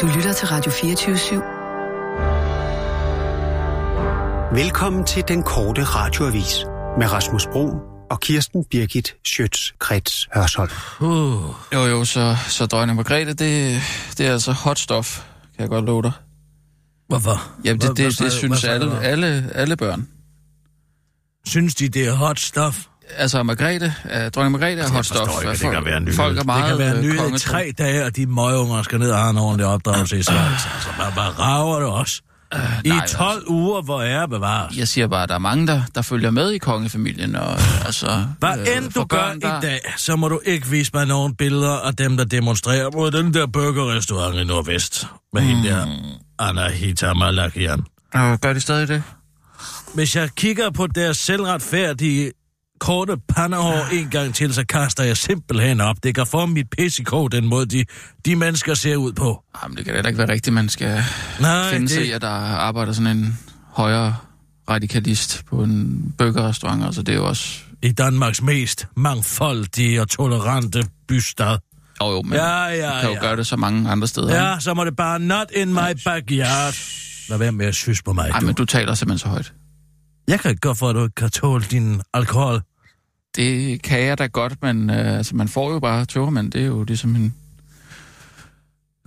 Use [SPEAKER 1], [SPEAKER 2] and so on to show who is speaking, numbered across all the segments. [SPEAKER 1] Du lytter til Radio 24-7.
[SPEAKER 2] Velkommen til den korte radioavis med Rasmus Bro og Kirsten Birgit Schøtz-Krets Hørsholm.
[SPEAKER 3] Uh,
[SPEAKER 4] Jo, jo, så, så dronning Margrethe, det, det er altså hot stof, kan jeg godt love dig.
[SPEAKER 3] hvorfor?
[SPEAKER 4] Jamen, det,
[SPEAKER 3] Hvor-
[SPEAKER 4] det, det,
[SPEAKER 3] hvorfor-
[SPEAKER 4] det synes
[SPEAKER 3] hvorfor-
[SPEAKER 4] alle, alle, alle børn.
[SPEAKER 3] Synes de, det er hot stuff?
[SPEAKER 4] Altså, Margrethe, uh, dronning Margrethe
[SPEAKER 3] Altså,
[SPEAKER 4] er hot stof.
[SPEAKER 5] forstår ikke,
[SPEAKER 4] Ja,
[SPEAKER 5] det
[SPEAKER 4] folk-
[SPEAKER 5] kan være en nyhed.
[SPEAKER 4] Folk er
[SPEAKER 3] Det
[SPEAKER 5] Det
[SPEAKER 4] meget
[SPEAKER 3] kan være
[SPEAKER 4] øh,
[SPEAKER 3] nyhed i
[SPEAKER 4] kongetro.
[SPEAKER 3] tre dage, og de møgeunger skal ned og have en ordentlig opdragelse i Schweiz. Altså, hvad, hvad rager det os? I
[SPEAKER 4] Øh. nej, altså-
[SPEAKER 3] 12 uger, hvor ære bevares.
[SPEAKER 4] Jeg siger bare, at der er mange, der, der følger med i kongefamilien. Og, øh, altså,
[SPEAKER 3] Hvad
[SPEAKER 4] øh,
[SPEAKER 3] end
[SPEAKER 4] for
[SPEAKER 3] du gør
[SPEAKER 4] børn, der-
[SPEAKER 3] i dag, så må du ikke vise mig nogen billeder af dem, der demonstrerer mod den der burgerrestaurant i Nordvest. Med mm. hende der,
[SPEAKER 4] Hmm.
[SPEAKER 3] Anahita Malakian.
[SPEAKER 4] Øh, gør de stadig det?
[SPEAKER 3] Hvis jeg kigger på deres selvretfærdige korte pandehår
[SPEAKER 4] Ah.
[SPEAKER 3] en gang til, så kaster jeg simpelthen op. Det kan få mit pis i kog, den måde de, de mennesker ser ud på.
[SPEAKER 4] Jamen, det kan da heller ikke være rigtigt, man skal
[SPEAKER 3] Nej,
[SPEAKER 4] finde sig i,
[SPEAKER 3] det,
[SPEAKER 4] at der arbejder sådan en højere radikalist på en burgerrestaurant. Altså, det er jo også...
[SPEAKER 3] i Danmarks mest mangfoldige og tolerante bystad.
[SPEAKER 4] Jo, jo, men
[SPEAKER 3] Ja,
[SPEAKER 4] man
[SPEAKER 3] ja,
[SPEAKER 4] kan jo
[SPEAKER 3] ja.
[SPEAKER 4] gøre Mm. det så mange andre steder. ikke?
[SPEAKER 3] Ja, så må det bare not in my backyard. Lad være med at synes på mig,
[SPEAKER 4] Ej,
[SPEAKER 3] du.
[SPEAKER 4] men du taler simpelthen så højt.
[SPEAKER 3] Jeg kan ikke godt for, at du ikke kan tåle din alkohol.
[SPEAKER 4] Mm. Det kan jeg da godt, men øh, altså, man får jo bare tøver, men det er jo ligesom en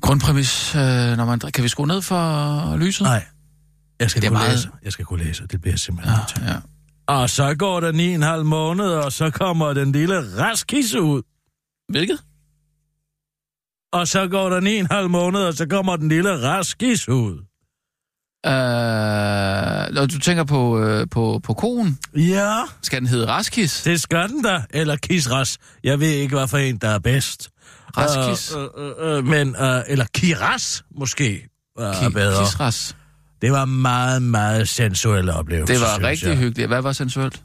[SPEAKER 4] grundpræmis, øh, når man drik- Kan vi skrue ned for lyset?
[SPEAKER 3] Nej. Jeg skal
[SPEAKER 4] Det er
[SPEAKER 3] kunne
[SPEAKER 4] meget- Ah.
[SPEAKER 3] læse. Jeg skal kunne læse. Det bliver jeg simpelthen nødt til.
[SPEAKER 4] Ja, ja.
[SPEAKER 3] Og så går der ni en halv måned, og så kommer den lille raskisse ud.
[SPEAKER 4] Hvilket?
[SPEAKER 3] Og så går der ni en halv måned, og så kommer den lille raskisse ud.
[SPEAKER 4] Øh, når du tænker på, øh, på, på konen,
[SPEAKER 3] Ja,
[SPEAKER 4] skal den hedde Raskis?
[SPEAKER 3] det skal den da. Eller kisras. Jeg ved ikke, hvad for en, der er bedst.
[SPEAKER 4] Raskis?
[SPEAKER 3] Øh, øh, øh, øh, men, øh, eller kiras, måske. Ki- er
[SPEAKER 4] Ki-
[SPEAKER 3] bedre.
[SPEAKER 4] Kisras.
[SPEAKER 3] Det var en meget, meget sensuel oplevelse,
[SPEAKER 4] Det var
[SPEAKER 3] synes
[SPEAKER 4] rigtig
[SPEAKER 3] jeg.
[SPEAKER 4] hyggeligt. Hvad var sensuelt?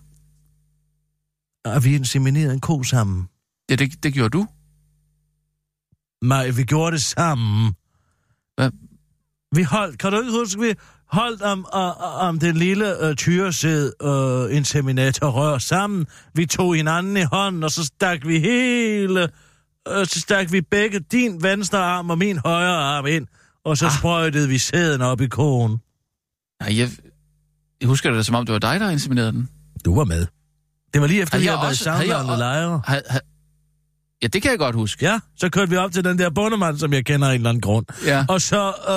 [SPEAKER 3] Og vi inseminerede en ko sammen.
[SPEAKER 4] Det, det, det gjorde du.
[SPEAKER 3] Nej, vi gjorde det sammen.
[SPEAKER 4] Hvad?
[SPEAKER 3] Vi holdt, kan du ikke huske, vi holdt om, om, om den lille øh, tyresæd øh, inseminator rør sammen. Vi tog hinanden i hånden, og så stak vi hele... Øh, så stak vi begge din venstre arm og min højre arm ind, og så ah. sprøjtede vi sæden op i konen.
[SPEAKER 4] Nej, jeg, jeg husker det da, som om, det var dig, der inseminerede den.
[SPEAKER 3] Du var med. Det var lige efter,
[SPEAKER 4] Havde
[SPEAKER 3] vi
[SPEAKER 4] jeg
[SPEAKER 3] havde været
[SPEAKER 4] også-
[SPEAKER 3] sammen
[SPEAKER 4] havde
[SPEAKER 3] med
[SPEAKER 4] jeg
[SPEAKER 3] andre
[SPEAKER 4] også-
[SPEAKER 3] lejre.
[SPEAKER 4] Ha, ha, ja, det kan jeg godt huske.
[SPEAKER 3] Ja, så kørte vi op til den der bondemand, som jeg kender af en eller anden grund.
[SPEAKER 4] Ja.
[SPEAKER 3] Og så, øh,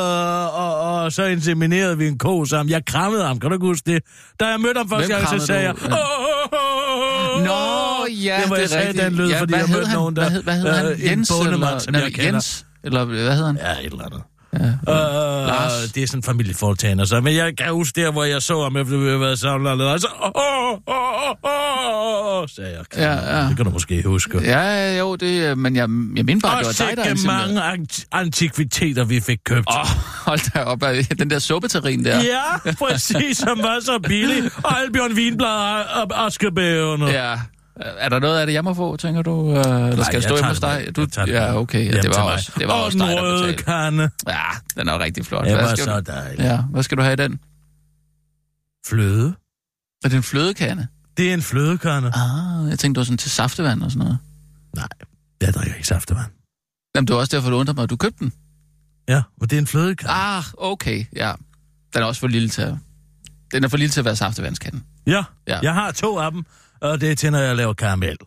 [SPEAKER 3] og, og, så inseminerede vi en ko sammen. Jeg krammede ham, kan du ikke huske det? Da jeg mødte ham første
[SPEAKER 4] Hvem
[SPEAKER 3] gang, så
[SPEAKER 4] krammede
[SPEAKER 3] sagde jeg...
[SPEAKER 4] du?
[SPEAKER 3] "Åh, åh, åh, åh."
[SPEAKER 4] Nå, ja,
[SPEAKER 3] det var,
[SPEAKER 4] det
[SPEAKER 3] jeg
[SPEAKER 4] er
[SPEAKER 3] sagde
[SPEAKER 4] rigtigt.
[SPEAKER 3] den lød,
[SPEAKER 4] ja,
[SPEAKER 3] fordi
[SPEAKER 4] hvad
[SPEAKER 3] jeg
[SPEAKER 4] hed
[SPEAKER 3] mødte
[SPEAKER 4] han?
[SPEAKER 3] nogen, der... Øh,
[SPEAKER 4] Hvad hed, hvad hed han?
[SPEAKER 3] en
[SPEAKER 4] Jens, eller,
[SPEAKER 3] bondemand, som
[SPEAKER 4] nej,
[SPEAKER 3] jeg kender.
[SPEAKER 4] Jens, eller hvad hed han?
[SPEAKER 3] Ja, et eller andet.
[SPEAKER 4] Ja.
[SPEAKER 3] Øh,
[SPEAKER 4] Lars.
[SPEAKER 3] Det er sådan en familieforetagende, så. Men jeg kan huske der, hvor jeg så ham, efter vi havde været sammen. Og så... Åh, åh, åh, åh, åh, sagde jeg.
[SPEAKER 4] Ja, ja.
[SPEAKER 3] Det kan du måske huske.
[SPEAKER 4] Ja, jo, det, øh, men jeg, jeg mener bare, at det
[SPEAKER 3] Og
[SPEAKER 4] var dig, der
[SPEAKER 3] sikke
[SPEAKER 4] indseminerede.
[SPEAKER 3] mange ant- antikviteter, vi fik købt.
[SPEAKER 4] Åh, oh, hold da op, øh, den der suppeterrin der.
[SPEAKER 3] Ja, præcis, som var så billig. Og Albion Vinblad og- og Askebævene.
[SPEAKER 4] ja. Er der noget af det, jeg må få, tænker du? Øh, Eller skal jeg stå hjemme hos dig? Du, ja, okay, ja, det var også, det var
[SPEAKER 3] og
[SPEAKER 4] også
[SPEAKER 3] den
[SPEAKER 4] dig, der
[SPEAKER 3] røde
[SPEAKER 4] betalte.
[SPEAKER 3] kande.
[SPEAKER 4] Ja, den er jo rigtig flot.
[SPEAKER 3] Det var
[SPEAKER 4] skal
[SPEAKER 3] så
[SPEAKER 4] du,
[SPEAKER 3] dejligt. Ja.
[SPEAKER 4] ja, hvad skal du have i den?
[SPEAKER 3] Fløde.
[SPEAKER 4] Er det en flødekande?
[SPEAKER 3] Det er en flødekande.
[SPEAKER 4] Ah, jeg tænkte, det var sådan til saftevand og sådan noget.
[SPEAKER 3] Jeg drikker ikke saftevand.
[SPEAKER 4] Jamen, det var også derfor, du undrede mig, at du købte den.
[SPEAKER 3] Ja, men det er en flødekande. Ah.
[SPEAKER 4] Ah, okay, ja. Den er også for lille til at... Den er for lille til at være saftevandskanden.
[SPEAKER 3] Ja,
[SPEAKER 4] Ja.
[SPEAKER 3] ja, jeg har to af dem, og det er til, når jeg laver karamel.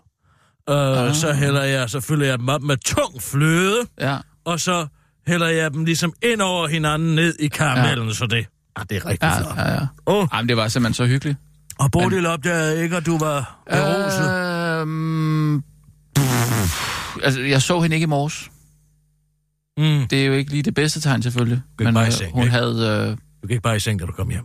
[SPEAKER 3] Uh, ah. Så hælder jeg, så fylder jeg dem op med tung fløde,
[SPEAKER 4] Ja.
[SPEAKER 3] og så hælder jeg dem ligesom ind over hinanden ned i karamellen, ja. så det... Ah, det er rigtig
[SPEAKER 4] Ja,
[SPEAKER 3] ja. flot.
[SPEAKER 4] ja, ja.
[SPEAKER 3] Åh,
[SPEAKER 4] Jamen, det var simpelthen så hyggeligt.
[SPEAKER 3] Og Bodil opdagede ikke, at du var beruset. Øh...
[SPEAKER 4] Øhm, pff, altså, jeg så hende ikke i morges.
[SPEAKER 3] Mm.
[SPEAKER 4] Det er jo ikke lige det bedste tegn, selvfølgelig.
[SPEAKER 3] Gik bare i
[SPEAKER 4] øh,
[SPEAKER 3] seng,
[SPEAKER 4] hun
[SPEAKER 3] ikke?
[SPEAKER 4] havde... Øh,
[SPEAKER 3] Du gik bare i seng, da du kom hjem.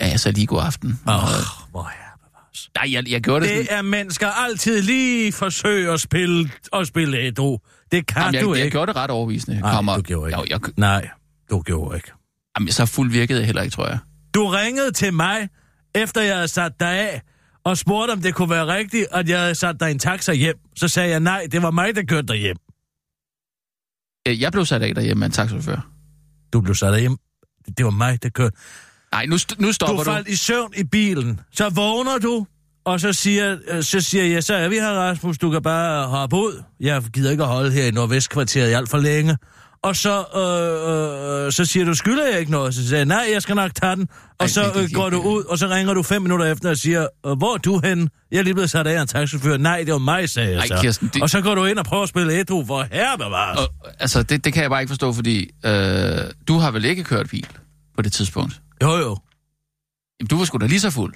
[SPEAKER 4] ja, jeg så lige god aften.
[SPEAKER 3] Åh,
[SPEAKER 4] Øh,
[SPEAKER 3] oh, hvor er det bevares.
[SPEAKER 4] Nej, jeg, jeg gjorde det, sådan...
[SPEAKER 3] Det er mennesker altid lige forsøge at spille, at spille ædru. Det kan
[SPEAKER 4] Jamen,
[SPEAKER 3] du
[SPEAKER 4] jeg, jeg
[SPEAKER 3] ikke.
[SPEAKER 4] gjorde det ret overbevisende.
[SPEAKER 3] Nej,
[SPEAKER 4] Kommer,
[SPEAKER 3] du gjorde ikke.
[SPEAKER 4] Jo, jeg,
[SPEAKER 3] Nej, du gjorde ikke.
[SPEAKER 4] jamen, så fuld virkede jeg heller ikke, tror jeg.
[SPEAKER 3] Du ringede til mig, efter jeg havde sat dig af, og spurgte, om det kunne være rigtigt, at jeg havde sat dig i en taxa hjem. Så sagde jeg, nej, det var mig, der kørte dig hjem.
[SPEAKER 4] Øh, Jeg blev sat af derhjemme af en taxachauffør.
[SPEAKER 3] Du blev sat hjem. Det var mig, der kørte.
[SPEAKER 4] Nej, nu, st- nu
[SPEAKER 3] Du
[SPEAKER 4] stopper du.
[SPEAKER 3] faldt i søvn i bilen. Så vågner du, og så siger, øh, så siger jeg, så er vi her, Rasmus, du kan bare hoppe ud. Jeg gider ikke at holde her i Nordvestkvarteret i alt for længe. og så, øh, øh, så siger du, skylder jeg ikke noget? Så siger jeg, nej, jeg skal nok tage den. Og
[SPEAKER 4] Ej,
[SPEAKER 3] Ej, så
[SPEAKER 4] det- det-
[SPEAKER 3] øh, går
[SPEAKER 4] det-
[SPEAKER 3] du ud, og så ringer du fem minutter efter og siger, øh, hvor er du henne? Jeg er lige blevet sat af af en taxachauffør. Nej, det var mig, sagde jeg
[SPEAKER 4] Ej,
[SPEAKER 3] så.
[SPEAKER 4] Kirsten, det-
[SPEAKER 3] Og så går du ind og prøver at spille et hvor herre bevares.
[SPEAKER 4] Og, altså, det, det kan jeg bare ikke forstå, fordi øh, du har vel ikke kørt bil på det tidspunkt?
[SPEAKER 3] Jo, jo.
[SPEAKER 4] Jamen, du var sgu da lige så fuld.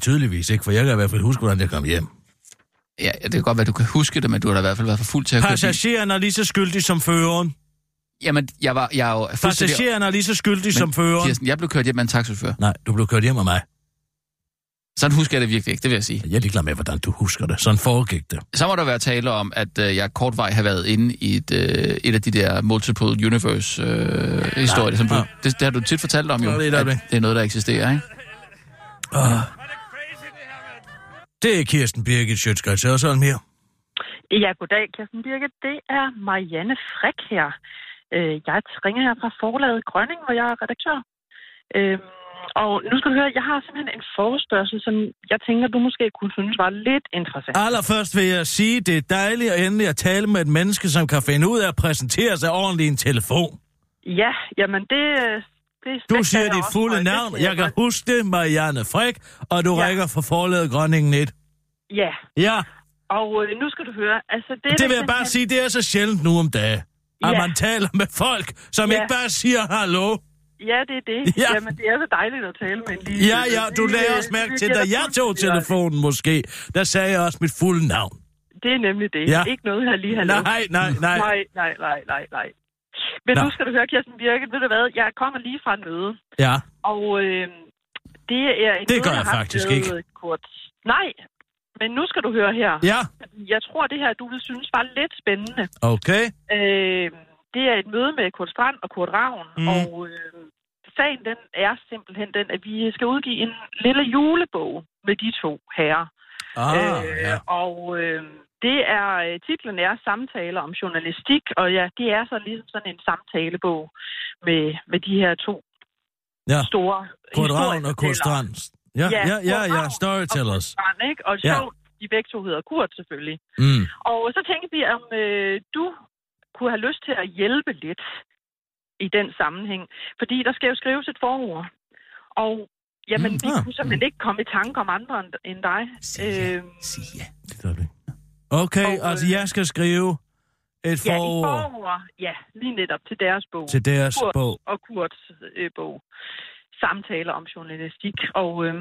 [SPEAKER 3] Tydeligvis ikke, for jeg kan i hvert fald huske, hvordan jeg kom hjem.
[SPEAKER 4] Ja, det kan godt være, du kan huske det, men du har da i hvert fald været for fuld til at køre bil.
[SPEAKER 3] Passageren er lige så skyldig som føreren.
[SPEAKER 4] Jamen, jeg, var, jeg er jo fuldstændig...
[SPEAKER 3] Passageren er lige så skyldig som føreren.
[SPEAKER 4] Kirsten, jeg blev kørt hjem af en taxachauffør.
[SPEAKER 3] Nej, du blev kørt hjem af mig.
[SPEAKER 4] Sådan husker jeg det virkelig ikke, det vil jeg sige.
[SPEAKER 3] Jeg er ligeglad med, hvordan du husker det. Sådan foregik det.
[SPEAKER 4] Så må der være tale om, at øh, jeg kort vej har været inde i et, øh, et af de der multiple universe-historier. Øh, historier, som du,
[SPEAKER 3] Ja.
[SPEAKER 4] det, det har du tit fortalt om jo,
[SPEAKER 3] Ja, det er et
[SPEAKER 4] at
[SPEAKER 3] øjeblik.
[SPEAKER 4] det er noget, der eksisterer, ikke?
[SPEAKER 3] Uh. Det er Kirsten Birgit Sjøtskrets og sådan mere.
[SPEAKER 5] Ja, goddag, Kirsten Birke. Det er Marianne Fræk her. Øh, Jeg ringer her fra forlaget Grønning, hvor jeg er redaktør. Øh, Og nu skal du høre, jeg har simpelthen en forespørgsel, som jeg tænker, du måske kunne synes var lidt
[SPEAKER 3] Ah.
[SPEAKER 5] interessant.
[SPEAKER 3] Allerførst vil jeg sige, det er dejligt at endelig at tale med et menneske, som kan finde ud af at præsentere sig ordentligt i en telefon.
[SPEAKER 5] Ja, jamen det... øh, det
[SPEAKER 3] Du
[SPEAKER 5] det
[SPEAKER 3] siger
[SPEAKER 5] kan jeg
[SPEAKER 3] dit
[SPEAKER 5] også
[SPEAKER 3] fulde
[SPEAKER 5] højt. Det
[SPEAKER 3] navn.
[SPEAKER 5] kan
[SPEAKER 3] Jeg kan
[SPEAKER 5] godt.
[SPEAKER 3] huske det, Marianne Fræk, og du
[SPEAKER 5] Ja.
[SPEAKER 3] rækker fra forladet Grønningen 1.
[SPEAKER 5] Ja,
[SPEAKER 3] Ja,
[SPEAKER 5] og øh, nu skal du høre, altså det...
[SPEAKER 3] det
[SPEAKER 5] der
[SPEAKER 3] vil jeg bare
[SPEAKER 5] simpelthen-
[SPEAKER 3] sige, det er så sjældent nu om dagen. At
[SPEAKER 5] Ja.
[SPEAKER 3] man taler med folk, som
[SPEAKER 5] Ja.
[SPEAKER 3] ikke bare siger hallo.
[SPEAKER 5] Ja, det er det.
[SPEAKER 3] Ja.
[SPEAKER 5] Ja. Jamen, det er så dejligt at tale med en lige...
[SPEAKER 3] Ja, ja, du
[SPEAKER 5] lige-
[SPEAKER 3] lagde også mærke
[SPEAKER 5] lige-
[SPEAKER 3] til,
[SPEAKER 5] lige-
[SPEAKER 3] da jeg tog telefonen måske, der sagde jeg også mit fulde navn.
[SPEAKER 5] Det er nemlig det.
[SPEAKER 3] Ja.
[SPEAKER 5] Ja. Ikke noget her lige hallo.
[SPEAKER 3] Nej, nej, nej.
[SPEAKER 5] Nej, nej, nej, nej, nej. Men
[SPEAKER 3] Nå.
[SPEAKER 5] nu skal du høre, Kirsten Birken, ved du hvad, jeg kommer lige fra en møde,
[SPEAKER 3] Ja.
[SPEAKER 5] og øh, det er en
[SPEAKER 3] Det
[SPEAKER 5] møde,
[SPEAKER 3] gør
[SPEAKER 5] har
[SPEAKER 3] jeg
[SPEAKER 5] haft
[SPEAKER 3] faktisk
[SPEAKER 5] med
[SPEAKER 3] ikke.
[SPEAKER 5] Kurt. Nej, men nu skal du høre her.
[SPEAKER 3] Ja,
[SPEAKER 5] Jeg tror, det her, du vil synes, var lidt spændende.
[SPEAKER 3] okay.
[SPEAKER 5] Øh, det er et møde med Kurt Strand og Kurt Ravn,
[SPEAKER 3] Mm.
[SPEAKER 5] mm. og øh, sagen den er simpelthen den, at vi skal udgive en lille julebog med de to herrer.
[SPEAKER 3] Ah,
[SPEAKER 5] Øh,
[SPEAKER 3] ja.
[SPEAKER 5] Og øh, det er, øh, titlen er Samtaler om journalistik, og ja, det er så ligesom sådan en samtalebog med, med de her to
[SPEAKER 3] Ja.
[SPEAKER 5] store
[SPEAKER 3] Kurt Ravn og Kurt
[SPEAKER 5] historiefortællere.
[SPEAKER 3] Strand. Ja,
[SPEAKER 5] Ja,
[SPEAKER 3] ja, ja,
[SPEAKER 5] Kurt
[SPEAKER 3] ja,
[SPEAKER 5] Ravn
[SPEAKER 3] storytellers.
[SPEAKER 5] Strand, ikke? Og
[SPEAKER 3] Ja.
[SPEAKER 5] sjovt, de begge to hedder Kurt selvfølgelig.
[SPEAKER 3] Mm.
[SPEAKER 5] Og så tænkte vi, om øh, du kunne have lyst til at hjælpe lidt i den sammenhæng. Fordi der skal jo skrives et forord. Og jamen,
[SPEAKER 3] Mm,
[SPEAKER 5] vi
[SPEAKER 3] ah.
[SPEAKER 5] kunne simpelthen ikke komme i tanke om andre end, end dig. Øh,
[SPEAKER 3] Sig ja. Det gør det. Okay,
[SPEAKER 5] Og,
[SPEAKER 3] altså
[SPEAKER 5] øh,
[SPEAKER 3] jeg skal skrive et
[SPEAKER 5] ja, i
[SPEAKER 3] forord
[SPEAKER 5] forord. Ja, lige netop til deres bog.
[SPEAKER 3] til deres
[SPEAKER 5] Kurt.
[SPEAKER 3] bog.
[SPEAKER 5] og Kurts øh, bog. Samtaler om journalistik. Og øh,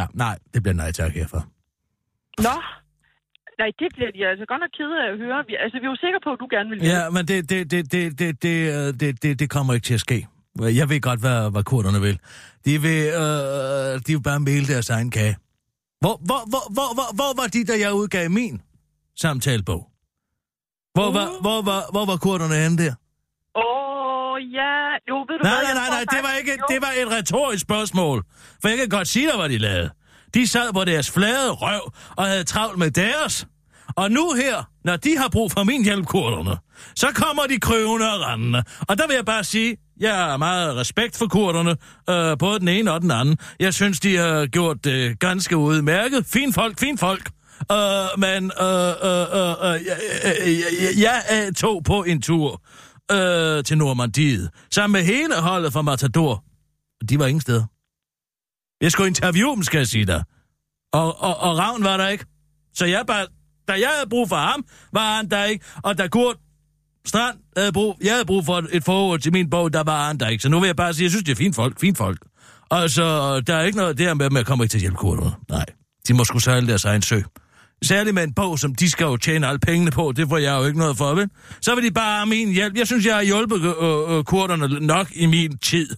[SPEAKER 3] Nej, nej, det bliver nej tak herfra.
[SPEAKER 5] nå, nej, det bliver de altså godt nok kede af at høre. Vi, altså, vi er jo sikre på, at du gerne vil
[SPEAKER 3] Ja, men det, det, det, det, det, det, øh, det, det, det kommer ikke til at ske. Jeg ved godt, hvad, hvad kurderne vil. De vil, øh, de vil bare male deres egen kage. Hvor, hvor, hvor, hvor, hvor, hvor var de, da jeg udgav min samtalebog? Hvor var, hvor var, hvor var kurderne henne der?
[SPEAKER 5] Åh, ja. Jo, ved du
[SPEAKER 3] Nej,
[SPEAKER 5] hvad?
[SPEAKER 3] nej,
[SPEAKER 5] jeg
[SPEAKER 3] nej,
[SPEAKER 5] tror
[SPEAKER 3] nej, det var
[SPEAKER 5] faktisk-
[SPEAKER 3] ikke,
[SPEAKER 5] jo.
[SPEAKER 3] det var et retorisk spørgsmål. For jeg kan godt sige dig, hvad de lavede. De sad på deres flade røv og havde travlt med deres. Og nu her, når de har brug for min hjælp, kurderne, så kommer de krøvende og rendende. Og der vil jeg bare sige, jeg har meget respekt for kurderne, øh, både den ene og den anden. Jeg synes, de har gjort det øh, ganske udmærket. Fin folk, fin folk. Øh, men øh, øh, øh, øh, jeg, jeg, jeg, jeg øh, tog på en tur øh, til Normandiet, sammen med hele holdet fra Matador. De var ingen steder. Jeg skulle interviewe dem, skal jeg sige dig. Og, og, og Ravn var der ikke. Så jeg bare, da jeg havde brug for ham, var han der ikke. Og da Kurt Strand havde brug, jeg havde brug for et- et forord til min bog, der var han der ikke. Så nu vil jeg bare sige, jeg synes, det er fint folk, fint folk. Og så, der er ikke noget der med, at jeg kommer ikke til at hjælpe Kurt. Nej, de må sgu sejle deres egen sø. Særligt med en bog, som de skal jo tjene alle pengene på, det får jeg jo ikke noget for, vel? Så vil de bare have min hjælp. Jeg synes, jeg har hjulpet øh, øh, kurderne nok i min tid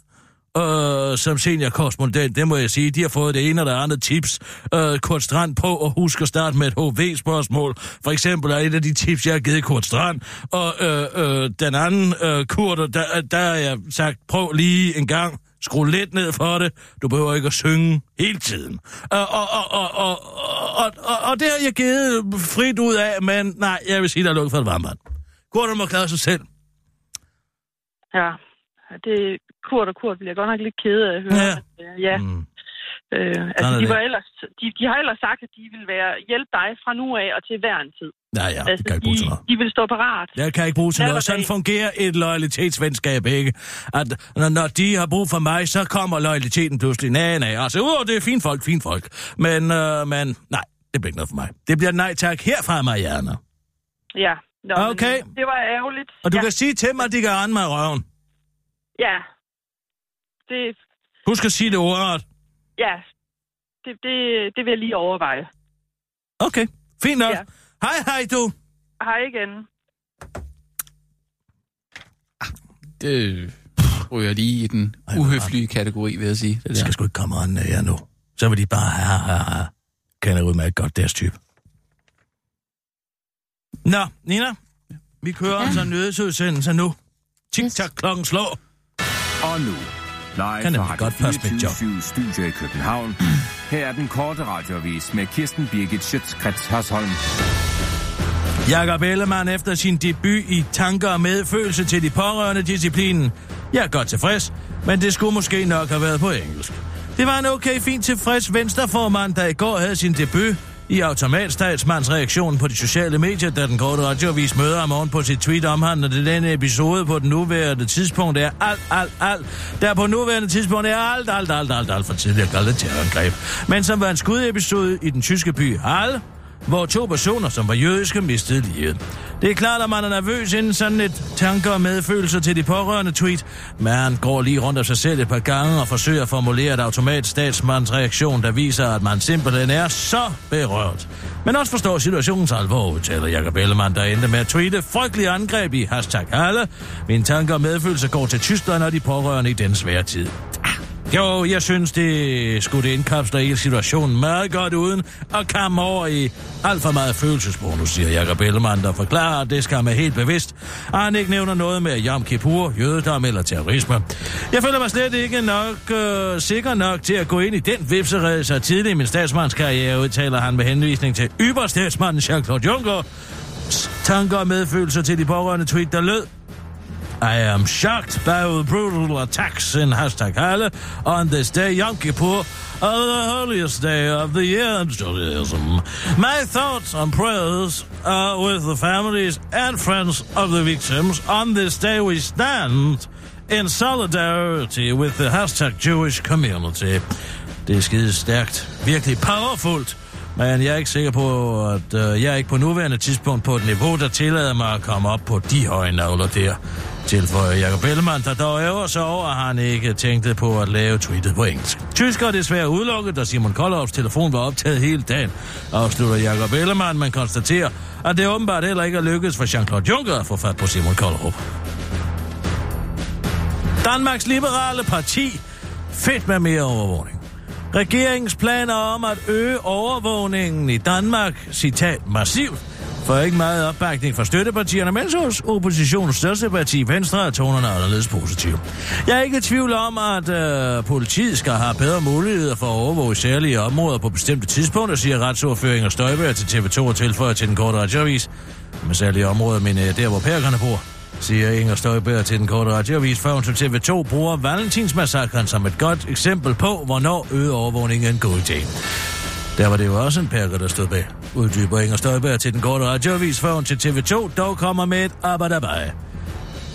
[SPEAKER 3] øh, som seniorkorrespondent, det må jeg sige. De har fået det ene og det andet tips. Øh, Kurt Strand på at huske at starte med et HV-spørgsmål. For eksempel er et af de tips, jeg har givet Kurt Strand. Og øh, øh, den anden øh, kurder, der, der har jeg sagt, prøv lige en gang. Skru lidt ned for det. Du behøver ikke at synge hele tiden. Øh, og, og, og, og, og, og, og det har jeg givet frit ud af, men nej, jeg vil sige, der er lukket for et varmvand. Kurderne må klare sig selv.
[SPEAKER 5] Ja, Ja, det Kurt og Kurt bliver godt nok lidt kede af at høre.
[SPEAKER 3] Ja.
[SPEAKER 5] Ja. ja.
[SPEAKER 3] Mm.
[SPEAKER 5] Øh, altså,
[SPEAKER 3] nej,
[SPEAKER 5] de,
[SPEAKER 3] nej.
[SPEAKER 5] var ellers, de, de har ellers sagt, at de vil være hjælpe dig fra nu af og til hver en tid.
[SPEAKER 3] Nej, ja,
[SPEAKER 5] altså,
[SPEAKER 3] det kan jeg ikke
[SPEAKER 5] de,
[SPEAKER 3] bruge til noget.
[SPEAKER 5] de vil stå parat.
[SPEAKER 3] Jeg kan ikke bruge til noget.
[SPEAKER 5] Hver dag.
[SPEAKER 3] Sådan fungerer et loyalitetsvenskab, ikke? At når, når de har brug for mig, så kommer loyaliteten pludselig. Nej, nej, altså, uh, det er fint folk, fint folk. Men, øh, men nej, det bliver ikke noget for mig. Det bliver et nej tak herfra, Marianne.
[SPEAKER 5] Ja. Nå, men
[SPEAKER 3] Okay.
[SPEAKER 5] Det var ærgerligt.
[SPEAKER 3] Og du
[SPEAKER 5] ja.
[SPEAKER 3] ja. kan sige til mig, at de kan rende mig i røven.
[SPEAKER 5] ja. Det,
[SPEAKER 3] Husk at sige det ordret.
[SPEAKER 5] ja. Det, det, det vil jeg lige overveje.
[SPEAKER 3] Okay, fint nok. Ja.
[SPEAKER 5] Ja.
[SPEAKER 3] Hej, hej du.
[SPEAKER 5] Hej igen.
[SPEAKER 4] Det ryger lige i den uhøflige kategori, vil jeg sige. Det
[SPEAKER 3] Det skal
[SPEAKER 4] der.
[SPEAKER 3] sgu ikke komme rendende her nu. Så vil de bare ha, ha, ha. Kender udmærket godt deres type. Nå, Nina. Vi kører altså nyhedsudsendelser nu. Tik-tak, klokken slår.
[SPEAKER 6] Og nu, live
[SPEAKER 3] Kan det
[SPEAKER 6] fra Radio
[SPEAKER 3] godt passe mit job?
[SPEAKER 6] 24 Studio i København. Her er den korte radiovis med Kirsten Birgit Schøtzgrads Hasholm.
[SPEAKER 3] Jakob Ellemann efter sin debut i tanker og medfølelse til de pårørende disciplinen. Jeg er godt tilfreds, men det skulle måske nok have været på engelsk. Det var en okay fint tilfreds venstreformand, der i går havde sin debut i automatstatsmands reaktion på de sociale medier, da den korte radioavis møder ham oven på sit tweet omhandlende denne episode på den nuværende tidspunkt er alt, alt, alt, der på nuværende tidspunkt er alt, alt, alt, alt, alt for tidligere kaldet terrorangreb. Men som var en skudepisode i den tyske by Halle, hvor to personer, som var jødiske, mistede livet. Det er klart, at man er nervøs inden sådan et tanker og medfølelser til de pårørende tweet. Man går lige rundt om sig selv et par gange og forsøger at formulere et automat statsmands reaktion, der viser, at man simpelthen er så berørt. Men også forstår situationens alvor, udtaler Jacob Ellemann, der endte med at tweete frygtelige angreb i hashtag alle. Min tanker og medfølelse går til Tyskland og de pårørende i den svære tid. Jo, jeg synes, det skulle det indkapsler hele situationen meget godt uden at komme over i alt for meget følelsesbonus, siger Jacob Ellemann, der forklarer, at det skal man helt bevidst. Og han ikke nævner noget med Yom Kippur, jødedom eller terrorisme. Jeg føler mig slet ikke nok øh, sikker nok til at gå ind i den vipserede så tidligt i min statsmandskarriere, udtaler han med henvisning til yberstatsmanden Jean-Claude Juncker. Tanker og medfølelser til de pårørende tweet, der lød, I am shocked by the brutal attacks in hashtag Halle on this day, Yom Kippur, uh, the holiest day of the year in Judaism. My thoughts and prayers are with the families and friends of the victims. On this day, we stand in solidarity with the hashtag Jewish community. Det er skide stærkt. Virkelig powerfult. Men jeg er ikke sikker på, at øh, jeg er ikke på nuværende tidspunkt på et niveau, der tillader mig at komme op på de høje navler der. Tilføjer Jacob Ellemann, der dog ærger sig over, at han ikke tænkte på at lave tweetet på engelsk. Tysker er desværre udelukket, da Simon Kollovs telefon var optaget hele dagen. Afslutter Jacob Ellemann, men konstaterer, at det åbenbart heller ikke er lykkedes for Jean-Claude Juncker at få fat på Simon Kollov. Danmarks Liberale Parti. Fedt med mere overvågning. Regeringens planer om at øge overvågningen i Danmark, citat, massivt, får ikke meget opbakning fra støttepartierne, mens hos oppositionens største parti, Venstre, er tonerne anderledes positive. Jeg er ikke i tvivl om, at øh, politiet skal have bedre muligheder for at overvåge særlige områder på bestemte tidspunkter, siger retsordføring og Støjberg til TV2 og tilføjer til den korte radioavis. Med særlige områder, men øh, der hvor pærkerne bor siger Inger Støjberg til den korte radioavis, før hun til TV2 bruger Valentinsmassakren som et godt eksempel på, hvornår øget overvågning er en god ting. Der var det jo også en perker, der stod bag. Uddyber Inger Støjberg til den korte radioavis, før hun til TV2 dog kommer med et abadabaj.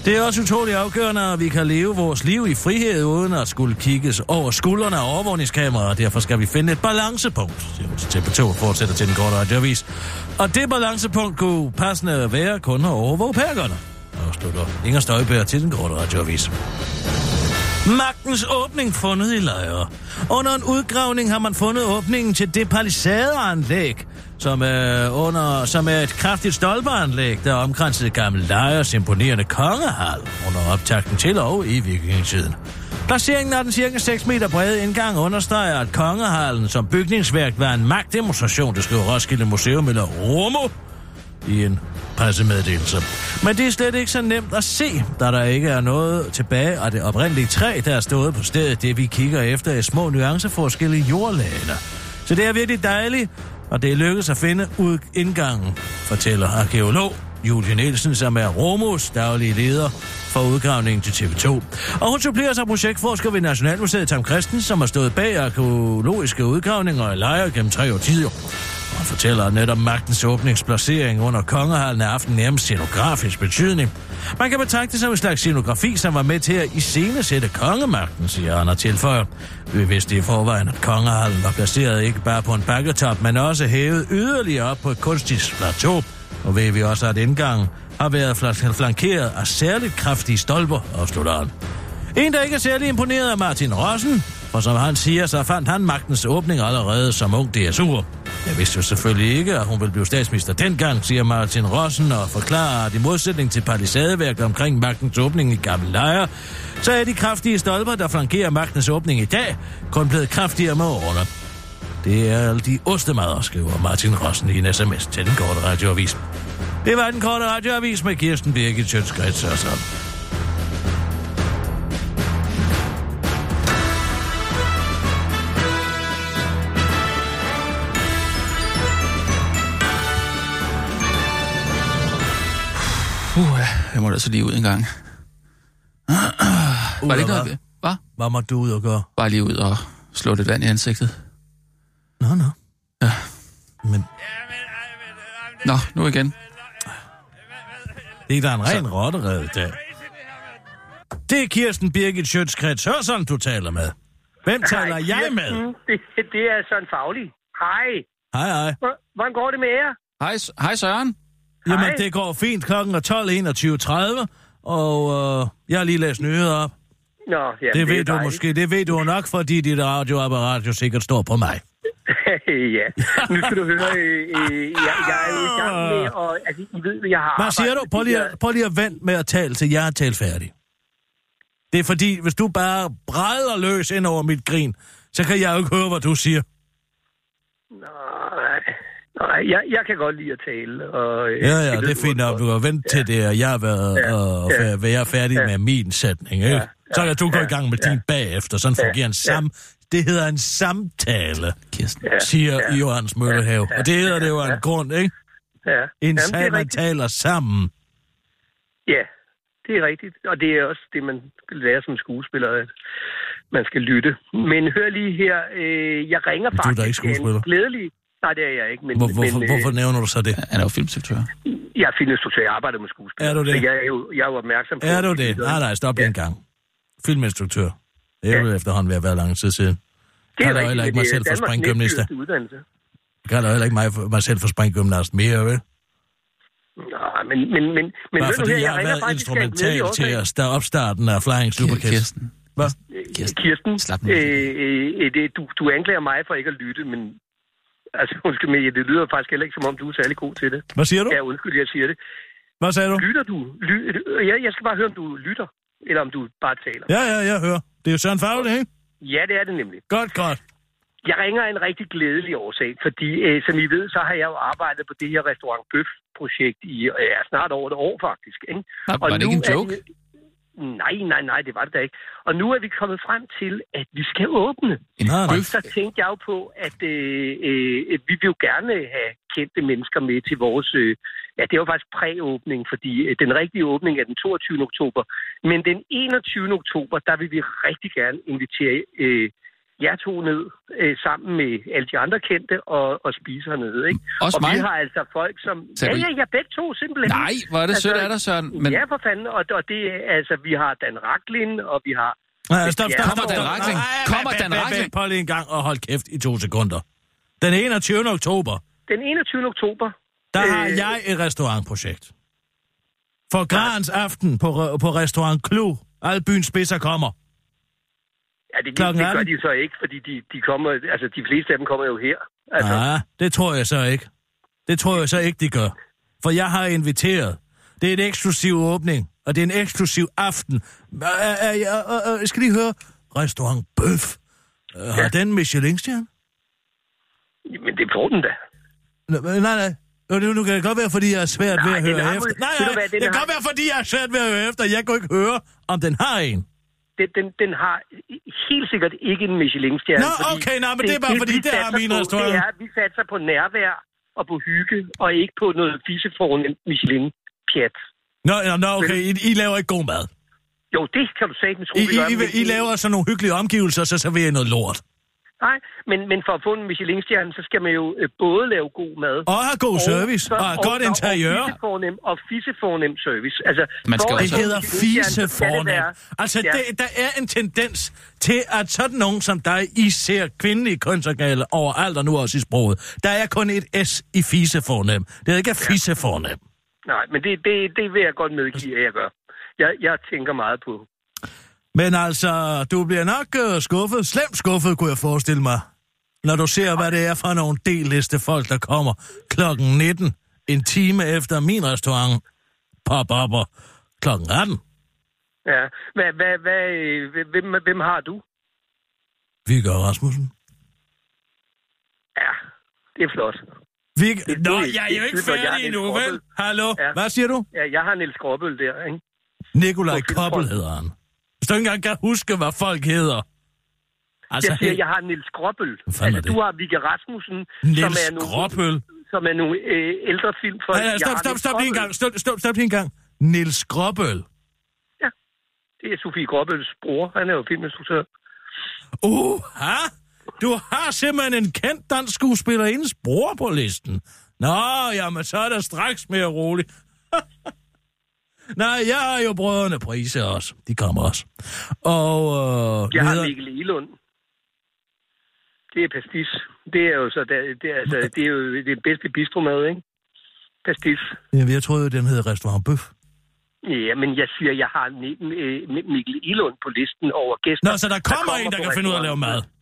[SPEAKER 3] Det er også utroligt afgørende, at vi kan leve vores liv i frihed, uden at skulle kigges over skuldrene af overvågningskameraer. Derfor skal vi finde et balancepunkt, siger hun til TV2 fortsætter til den korte radioavis. Og det balancepunkt kunne passende være kun at overvåge perkerne. Afslutter Inger Støjberg til den korte radioavis. Magtens åbning fundet i lejre. Under en udgravning har man fundet åbningen til det palisadeanlæg, som er, under, som er et kraftigt stolpeanlæg, der omkransede gamle lejres imponerende kongehal under optakten til og i vikingetiden. Placeringen af den cirka 6 meter brede indgang understreger, at kongehallen som bygningsværk var en magtdemonstration, det skriver Roskilde Museum eller Romo i en pressemeddelelse. Men det er slet ikke så nemt at se, da der ikke er noget tilbage af det oprindelige træ, der er stået på stedet. Det vi kigger efter er små nuanceforskelle i jordlagene. Så det er virkelig dejligt, og det er lykkedes at finde ud indgangen, fortæller arkeolog Julie Nielsen, som er Romus daglige leder for udgravningen til TV2. Og hun supplerer sig projektforsker ved Nationalmuseet Tam Christen, som har stået bag arkeologiske udgravninger og lejer gennem tre årtier. Og Han fortæller netop magtens åbningsplacering under kongehallen af aften nærmest scenografisk betydning. Man kan betragte det som en slags scenografi, som var med til at iscenesætte kongemagten, siger han og tilføjer. Vi vidste i forvejen, at kongehallen var placeret ikke bare på en bakketop, men også hævet yderligere op på et kunstigt plateau. Og ved vi også, at indgangen har været fla- flankeret af særligt kraftige stolper, afslutter han. En, der ikke er særlig imponeret af Martin Rossen, for som han siger, så fandt han magtens åbning allerede som ung DSU'er. Jeg vidste jo selvfølgelig ikke, at hun ville blive statsminister dengang, siger Martin Rossen og forklarer, at i modsætning til palisadeværket omkring magtens åbning i gamle lejre, så er de kraftige stolper, der flankerer magtens åbning i dag, kun blevet kraftigere med årene. Det er alle de ostemader, skriver Martin Rossen i en sms til den korte radioavis. Det var den korte radioavis med Kirsten Birgit Sjøtskrets og sådan.
[SPEAKER 4] Puh, jeg måtte altså lige ud en gang. Var det ikke noget? Hvad?
[SPEAKER 3] Hvad må du ud og gøre?
[SPEAKER 4] Bare lige ud og slå lidt vand i ansigtet.
[SPEAKER 3] Nå, nå. Ja. Men
[SPEAKER 4] Nå, nu igen.
[SPEAKER 3] det er da en ren rotterede dag. Det er Kirsten Birgit Sjøtskrets Hørsson, du taler med. Hvem taler
[SPEAKER 7] Hej,
[SPEAKER 3] jeg med?
[SPEAKER 7] Kirsten. Det, det er Søren Faglig. Hej.
[SPEAKER 3] Hej, hej.
[SPEAKER 7] Hvor- Hvordan går det med jer?
[SPEAKER 4] Hej, S- hej Søren.
[SPEAKER 3] Jamen,
[SPEAKER 7] Hej.
[SPEAKER 3] det går fint. Klokken er 12.21.30, og øh, jeg har lige læst nyheder op.
[SPEAKER 7] Nå, ja,
[SPEAKER 3] Det ved
[SPEAKER 7] er
[SPEAKER 3] du
[SPEAKER 7] dejligt.
[SPEAKER 3] måske. Det ved du nok, fordi dit radioapparat jo sikkert står på mig.
[SPEAKER 7] ja, nu skal du høre, øh, øh, jeg, jeg er jo i gang med, og altså, I ved, jeg har
[SPEAKER 3] Hvad siger du?
[SPEAKER 7] arbejdet
[SPEAKER 3] Prøv
[SPEAKER 7] med
[SPEAKER 3] lige,
[SPEAKER 7] det
[SPEAKER 3] at- prøv lige at vente med at tale, til jeg er talt færdig. Det er fordi, hvis du bare bræder løs ind over mit grin, så kan jeg jo ikke høre, hvad du siger.
[SPEAKER 7] her. Nej, nej jeg, jeg kan godt lide at tale. Og, øh,
[SPEAKER 3] Ja, ja,
[SPEAKER 7] ved
[SPEAKER 3] det er fint
[SPEAKER 7] du
[SPEAKER 3] nok.
[SPEAKER 7] godt.
[SPEAKER 3] Du kan vente til det, og jeg har været, øh,
[SPEAKER 7] Ja,
[SPEAKER 3] og,
[SPEAKER 7] ja,
[SPEAKER 3] ja. jeg er færdig med min sætning, ikke? Så kan du gå i gang med din bagefter. Sådan fungerer en sam... Det hedder en samtale,
[SPEAKER 4] Kirsten.
[SPEAKER 3] siger Johans Møllehave. Og det hedder det jo af en grund, ikke?
[SPEAKER 7] Ja.
[SPEAKER 3] En
[SPEAKER 7] det er
[SPEAKER 3] sag, man
[SPEAKER 7] rigtigt.
[SPEAKER 3] taler sammen.
[SPEAKER 7] Ja, det er rigtigt. Og det er også det, man lærer som skuespiller, at man skal lytte. Men hør lige her, øh, jeg ringer
[SPEAKER 3] er da
[SPEAKER 7] faktisk
[SPEAKER 3] ikke skuespiller.
[SPEAKER 7] en glædelig... Nej, det er jeg ikke, men,
[SPEAKER 3] Hvor, hvorfor,
[SPEAKER 7] men øh,
[SPEAKER 3] hvorfor nævner du så det?
[SPEAKER 4] Han er jo filmstruktør.
[SPEAKER 7] jeg er filminstruktør, jeg arbejder med skuespil.
[SPEAKER 3] Er du det?
[SPEAKER 7] Så jeg er jo, jeg er jo opmærksom på...
[SPEAKER 3] Er du det? Nej, nej, stop lige en gang. Filminstruktør. Det er jo efterhånden ved at være lang tid siden.
[SPEAKER 7] det
[SPEAKER 3] kalder jo heller ikke mig selv for springgymnaster.
[SPEAKER 7] uddannelse.
[SPEAKER 3] Jeg kalder heller ikke mig, mig selv for springgymnast mere, vel?
[SPEAKER 7] Nej, men, men, men, men
[SPEAKER 3] Bare
[SPEAKER 7] ved du
[SPEAKER 3] fordi
[SPEAKER 7] her,
[SPEAKER 3] jeg har
[SPEAKER 7] ringer
[SPEAKER 3] været
[SPEAKER 7] faktisk af en glædelig
[SPEAKER 3] instrumental til
[SPEAKER 7] årsag.
[SPEAKER 3] at starte opstarten af Flying Superkids.
[SPEAKER 4] Kirsten.
[SPEAKER 3] Hvad?
[SPEAKER 4] Kirsten.
[SPEAKER 7] øh, Kirsten,
[SPEAKER 4] Slap nu af.
[SPEAKER 7] øh, øh, øh, det, du, du anklager mig for ikke at lytte, men altså, undskyld mig, det lyder faktisk heller ikke, som om du er særlig god til det.
[SPEAKER 3] Hvad siger du?
[SPEAKER 7] Ja, undskyld, jeg siger det.
[SPEAKER 3] Hvad sagde du?
[SPEAKER 7] Lytter du? Ly, øh, jeg, jeg skal bare høre, om du lytter, eller om du bare taler.
[SPEAKER 3] Ja, ja, jeg hører. Det er jo Søren Favle, ikke?
[SPEAKER 7] Ja, det er det nemlig.
[SPEAKER 3] Godt, godt.
[SPEAKER 7] Jeg ringer af en rigtig glædelig årsag, fordi øh, som I ved, så har jeg jo arbejdet på det her restaurant Bøf-projekt i øh, ja, snart over et år faktisk. Ikke?
[SPEAKER 4] Nå, var det ikke
[SPEAKER 7] nu
[SPEAKER 4] en
[SPEAKER 7] er
[SPEAKER 4] joke?
[SPEAKER 7] Vi... Nej, nej, nej, det var det da ikke. Og nu er vi kommet frem til, at vi skal åbne.
[SPEAKER 4] En
[SPEAKER 3] Nej, nej.
[SPEAKER 4] bøf?
[SPEAKER 7] Så tænkte jeg jo på, at øh, øh, at vi vil jo gerne have kendte mennesker med til vores... Øh, ja, det er jo faktisk præåbning, fordi øh, den rigtige åbning er den 22. oktober. Men den 21. oktober, der vil vi rigtig gerne invitere øh, jer to ned øh, sammen med alle de andre kendte og, og spise hernede. Ikke?
[SPEAKER 4] Også
[SPEAKER 7] og
[SPEAKER 4] mig?
[SPEAKER 7] vi har altså folk, som...
[SPEAKER 4] Så
[SPEAKER 7] Ja,
[SPEAKER 4] vi-
[SPEAKER 7] ja, ja, begge to simpelthen. Altså,
[SPEAKER 4] Nej, hvor er det sødt af dig, Søren. Men
[SPEAKER 7] Ja, for fanden. Og, og det er, altså, vi har Dan Raklin, og vi har...
[SPEAKER 3] Nej, stop,
[SPEAKER 7] Ja.
[SPEAKER 3] stop,
[SPEAKER 4] Kommer
[SPEAKER 3] stop,
[SPEAKER 4] Dan
[SPEAKER 3] stop.
[SPEAKER 4] Racling?
[SPEAKER 3] Nej, nej,
[SPEAKER 4] Kommer
[SPEAKER 3] vent,
[SPEAKER 4] Dan
[SPEAKER 3] vent,
[SPEAKER 4] Racling?
[SPEAKER 3] vent, Prøv lige en gang og hold kæft i to sekunder. Den 21. oktober,
[SPEAKER 7] Den 21. oktober,
[SPEAKER 3] der har
[SPEAKER 7] Øh.
[SPEAKER 3] jeg et restaurantprojekt. For Grans Aften på, re- på restaurant Klo. Alle byens spidser kommer.
[SPEAKER 7] Ja, det, det,
[SPEAKER 3] Klokken
[SPEAKER 7] det gør
[SPEAKER 3] 18.
[SPEAKER 7] de så ikke, fordi de, de kommer, altså de fleste af dem kommer jo her. Altså,
[SPEAKER 3] Nej, det tror jeg så ikke. Det tror jeg så ikke, de gør. For jeg har inviteret. Det er en eksklusiv åbning, og det er en eksklusiv aften. Øh, øh, øh, øh, øh, Jeg skal lige høre, restaurant Bøf. Øh, Har
[SPEAKER 7] Ja.
[SPEAKER 3] den Michelin-stjerne?
[SPEAKER 7] men det får den da.
[SPEAKER 3] Nå, øh, Nej, nej. Nå, Nu, nu kan det godt være, fordi jeg er svært
[SPEAKER 7] Nej,
[SPEAKER 3] ved at
[SPEAKER 7] den
[SPEAKER 3] høre
[SPEAKER 7] har
[SPEAKER 3] efter.
[SPEAKER 7] vel-
[SPEAKER 3] Nej,
[SPEAKER 7] ved
[SPEAKER 3] nej,
[SPEAKER 7] du hvad,
[SPEAKER 3] det
[SPEAKER 7] den
[SPEAKER 3] kan
[SPEAKER 7] har-
[SPEAKER 3] godt være, fordi jeg er svært ved at høre efter. Jeg kan ikke høre, om den har en.
[SPEAKER 7] Den, den, den har helt sikkert ikke en Michelin-stjerne.
[SPEAKER 3] Nå,
[SPEAKER 7] fordi
[SPEAKER 3] okay, nå, men det er bare fordi,
[SPEAKER 7] vi
[SPEAKER 3] det har
[SPEAKER 7] satser
[SPEAKER 3] min
[SPEAKER 7] på,
[SPEAKER 3] restaurant.
[SPEAKER 7] Det er, at vi satser på nærvær og på hygge, og ikke på noget fisse foran en Michelin. pjat.
[SPEAKER 3] Nå, nå, nå okay, I, I laver ikke god mad.
[SPEAKER 7] Jo, det kan du sagtens tro,
[SPEAKER 3] I,
[SPEAKER 7] vi gør,
[SPEAKER 3] I,
[SPEAKER 7] men-
[SPEAKER 3] I, I laver sådan nogle hyggelige omgivelser, så serverer I noget lort.
[SPEAKER 7] Nej, men, men for at få en Michelin-stjerne, så skal man jo øh, både lave god mad...
[SPEAKER 3] Og har god service, og har godt interiør.
[SPEAKER 7] Og fissefornem, og fissefornem service. Altså,
[SPEAKER 4] Man skal
[SPEAKER 7] for at
[SPEAKER 3] Det
[SPEAKER 4] også-
[SPEAKER 7] få en
[SPEAKER 3] hedder
[SPEAKER 7] Michelin-stjerne, så skal det
[SPEAKER 3] fisefornem.
[SPEAKER 7] være-
[SPEAKER 3] Altså,
[SPEAKER 7] Ja.
[SPEAKER 3] det, der er en tendens til, at sådan nogen som dig, I ser kvindelige kønsorganer overalt og nu også i sproget. Der er kun et S i fisefornem. Det er ikke fisefornem.
[SPEAKER 7] Nej, men det, det, det vil jeg godt medgive, at jeg gør. Jeg, jeg tænker meget på.
[SPEAKER 3] Men altså, du bliver nok øh, skuffet, slemt skuffet, kunne jeg forestille mig, når du ser, hvad det er for nogle D-liste folk, der kommer klokken 19, en time efter min restaurant popper op og klokken 18.
[SPEAKER 7] Ja. Hvad, hvad, hvad, øh, hvem, hvem har du?
[SPEAKER 3] Viggo Rasmussen.
[SPEAKER 7] Ja, det er flot.
[SPEAKER 3] Vig...
[SPEAKER 7] Det-
[SPEAKER 3] Nå,
[SPEAKER 7] det-
[SPEAKER 3] jeg er jo
[SPEAKER 7] det
[SPEAKER 3] ikke
[SPEAKER 7] synes jeg, jeg er
[SPEAKER 3] færdig
[SPEAKER 7] lidt
[SPEAKER 3] endnu, vel?
[SPEAKER 7] skuffet.
[SPEAKER 3] Hallo?
[SPEAKER 7] Ja.
[SPEAKER 3] Hvad siger du?
[SPEAKER 7] Ja, jeg har Niels Gråbøl der, ikke?
[SPEAKER 3] Nikolaj
[SPEAKER 7] Hvorfor-
[SPEAKER 3] Koppel hedder han. Hvis du ikke engang kan huske, hvad folk hedder. Altså,
[SPEAKER 7] Jeg siger,
[SPEAKER 3] hey,
[SPEAKER 7] jeg har Niels Gråbøl.
[SPEAKER 3] fanden
[SPEAKER 7] Altså,
[SPEAKER 3] er det?
[SPEAKER 7] du har Vigge Rasmussen, som er
[SPEAKER 3] Niels
[SPEAKER 7] nogle,
[SPEAKER 3] Gråbøl.
[SPEAKER 7] som er nogle øh, ældre filmfolk.
[SPEAKER 3] Nej, nej,
[SPEAKER 7] Jeg
[SPEAKER 3] stop,
[SPEAKER 7] har
[SPEAKER 3] stop,
[SPEAKER 7] Niels
[SPEAKER 3] stop lige en gang.
[SPEAKER 7] Gråbøl.
[SPEAKER 3] Stop, stop, stop lige en gang. Niels Gråbøl.
[SPEAKER 7] Det er Sofie Gråbøls bror. Han er jo filminstruktør.
[SPEAKER 3] Uha! Du har simpelthen en kendt dansk skuespillerindes bror på listen. Nå, jamen, så er det straks mere roligt. Nej, jeg har jo brødrene Prise også. De kommer også. Og øh,
[SPEAKER 7] Jeg har
[SPEAKER 3] leder-
[SPEAKER 7] Mikkel Elund. Det er pastis. Det er jo så der, det er, altså, det er jo det bedste bistromad, ikke? Pastis.
[SPEAKER 3] Jamen, jeg troede, den hed Restaurant Bøf.
[SPEAKER 7] Ja, men jeg siger, jeg har Ni- øh, Ni- Mikkel Ilund på listen over gæster.
[SPEAKER 3] Nå, så der kommer en, der
[SPEAKER 7] på
[SPEAKER 3] kan finde ud af at lave mad.
[SPEAKER 7] restauranten.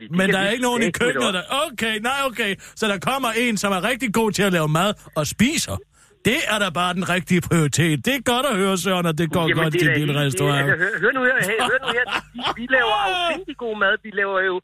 [SPEAKER 7] Det
[SPEAKER 3] Men
[SPEAKER 7] kan
[SPEAKER 3] der er
[SPEAKER 7] vi
[SPEAKER 3] ikke nogen i
[SPEAKER 7] slet med
[SPEAKER 3] køkkenet, der...
[SPEAKER 7] dig.
[SPEAKER 3] Okay, nej, okay. Så der kommer en, som er rigtig god til at lave mad og spiser. Det er da bare den rigtige prioritet. Det er godt at høre, Søren, at det går
[SPEAKER 7] Jamen,
[SPEAKER 3] godt
[SPEAKER 7] det er
[SPEAKER 3] til
[SPEAKER 7] da
[SPEAKER 3] din
[SPEAKER 7] helt-
[SPEAKER 3] restaurant.
[SPEAKER 7] Altså, hør, hør nu her, hey, hør nu her. Vi- Vi laver afsindig god mad. Vi laver jo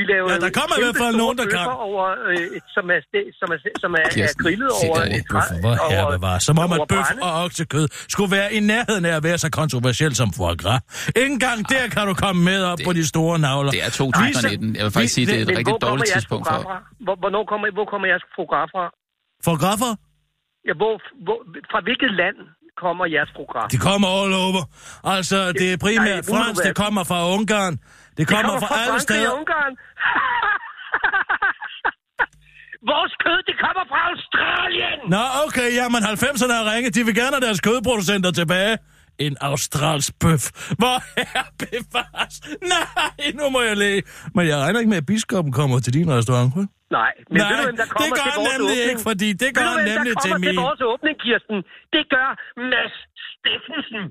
[SPEAKER 7] vi laver
[SPEAKER 3] Ja,
[SPEAKER 7] jo
[SPEAKER 3] der kommer i hvert fald
[SPEAKER 7] kæmpe
[SPEAKER 3] nogen,
[SPEAKER 7] store
[SPEAKER 3] der kan.
[SPEAKER 7] bøffer Over, øh, som er, ste- som er, som er, er
[SPEAKER 4] Kirsten,
[SPEAKER 7] grillet
[SPEAKER 4] se
[SPEAKER 7] over...
[SPEAKER 4] der er
[SPEAKER 7] et
[SPEAKER 4] et
[SPEAKER 7] græ-
[SPEAKER 3] Bøffer, hvor herre
[SPEAKER 7] over-
[SPEAKER 3] bevare. Som om, at
[SPEAKER 7] over
[SPEAKER 3] bøf
[SPEAKER 7] brænde.
[SPEAKER 3] og oksekød skulle være i nærheden af at være så kontroversielt som foie gras. Ingen
[SPEAKER 7] Ah.
[SPEAKER 3] gang der kan du komme med op på de store navler.
[SPEAKER 4] Det er
[SPEAKER 3] Vi så-
[SPEAKER 4] 2019. Jeg vil faktisk
[SPEAKER 3] vi-
[SPEAKER 4] sige, det er
[SPEAKER 3] det-
[SPEAKER 4] et
[SPEAKER 7] Men
[SPEAKER 4] rigtig
[SPEAKER 7] hvor kommer
[SPEAKER 4] dårligt
[SPEAKER 7] jeres
[SPEAKER 4] tidspunkt for...
[SPEAKER 7] program fra? Hvor, hvornår kommer, hvor kommer jeres program fra?
[SPEAKER 3] Foie gras for?
[SPEAKER 7] Ja, hvor, hvor, fra hvilket land kommer jeres program?
[SPEAKER 3] De kommer all over. Altså, det er
[SPEAKER 7] Nej,
[SPEAKER 3] primært
[SPEAKER 7] det må du
[SPEAKER 3] fransk,
[SPEAKER 7] være.
[SPEAKER 3] det kommer fra Ungarn. Det
[SPEAKER 7] Det
[SPEAKER 3] kommer, fra, alle
[SPEAKER 7] Frankrig
[SPEAKER 3] steder.
[SPEAKER 7] og Ungarn. Vores kød, det kommer fra Australien.
[SPEAKER 3] Nå, okay, jamen 90'erne har ringet. De vil gerne have deres kødproducenter tilbage. En australsk bøf. Hvor er bevares? Nej, nu må jeg læge. Men jeg regner ikke med, at biskoppen kommer til din restaurant, vel?
[SPEAKER 7] Nej, men
[SPEAKER 3] Nej,
[SPEAKER 7] ved du, hvem der
[SPEAKER 3] det
[SPEAKER 7] kommer
[SPEAKER 3] gør
[SPEAKER 7] til
[SPEAKER 3] han
[SPEAKER 7] vores
[SPEAKER 3] nemlig
[SPEAKER 7] åbning?
[SPEAKER 3] ikke, fordi det
[SPEAKER 7] ved
[SPEAKER 3] gør
[SPEAKER 7] du,
[SPEAKER 3] han
[SPEAKER 7] hvem der
[SPEAKER 3] nemlig til
[SPEAKER 7] kommer til
[SPEAKER 3] min.
[SPEAKER 7] vores åbning, Kirsten? Det gør Mads Steffensen.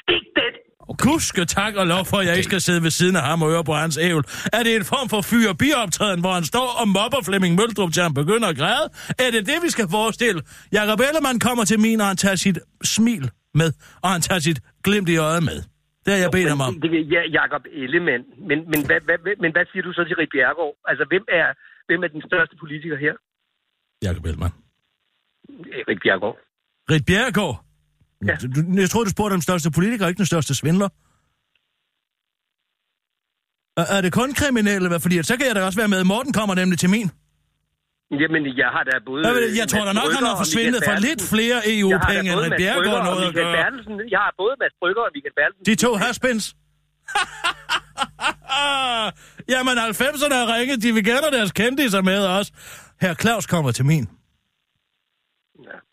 [SPEAKER 7] Stik det.
[SPEAKER 3] Okay. Gudske tak og lov for, at jeg ikke skal sidde ved siden af ham og høre på hans ævl. Er det en form for fyr og bioptræden, hvor han står og mobber Flemming Møldrup, til han begynder at græde? Er det det, vi skal forestille? Jakob Ellemann kommer til min, og han tager sit smil med, og han tager sit glimt i øjet med. Det har jeg bedt ham om.
[SPEAKER 7] Det, det, ja, Jakob Ellemann. Men, men, hvad, hvad, hvad, men hvad siger du så til Rik Bjerregaard? Altså, hvem er, hvem er den største politiker her?
[SPEAKER 3] Jakob Ellemann.
[SPEAKER 7] Øh, Rik Bjerregaard.
[SPEAKER 3] Rit Bjerregaard? Ja.
[SPEAKER 7] Ja.
[SPEAKER 3] Jeg tror, du spurgte den største politiker, ikke den største svindler. Er, er det kun kriminelle? Hvad? Fordi at så kan jeg da også være med. Morten kommer nemlig til min.
[SPEAKER 7] Jamen, jeg har da både...
[SPEAKER 3] Jeg,
[SPEAKER 7] øh,
[SPEAKER 3] jeg tror
[SPEAKER 7] Mads
[SPEAKER 3] da nok, han
[SPEAKER 7] Brügger
[SPEAKER 3] har
[SPEAKER 7] og
[SPEAKER 3] forsvindet
[SPEAKER 7] Michael
[SPEAKER 3] for lidt
[SPEAKER 7] Bertelsen.
[SPEAKER 3] flere
[SPEAKER 7] Jeg har da
[SPEAKER 3] EU-penge, end
[SPEAKER 7] både
[SPEAKER 3] Rit
[SPEAKER 7] Mads
[SPEAKER 3] Bjerregaard
[SPEAKER 7] Brügger
[SPEAKER 3] har
[SPEAKER 7] og
[SPEAKER 3] noget at
[SPEAKER 7] Michael
[SPEAKER 3] gøre.
[SPEAKER 7] Bertelsen. Jeg har både Mads Brygger og Michael Bertelsen.
[SPEAKER 3] De to haspins. Jamen, 90'erne har ringet. De vil gerne have deres kendtiser med os. Herr Claus kommer til min.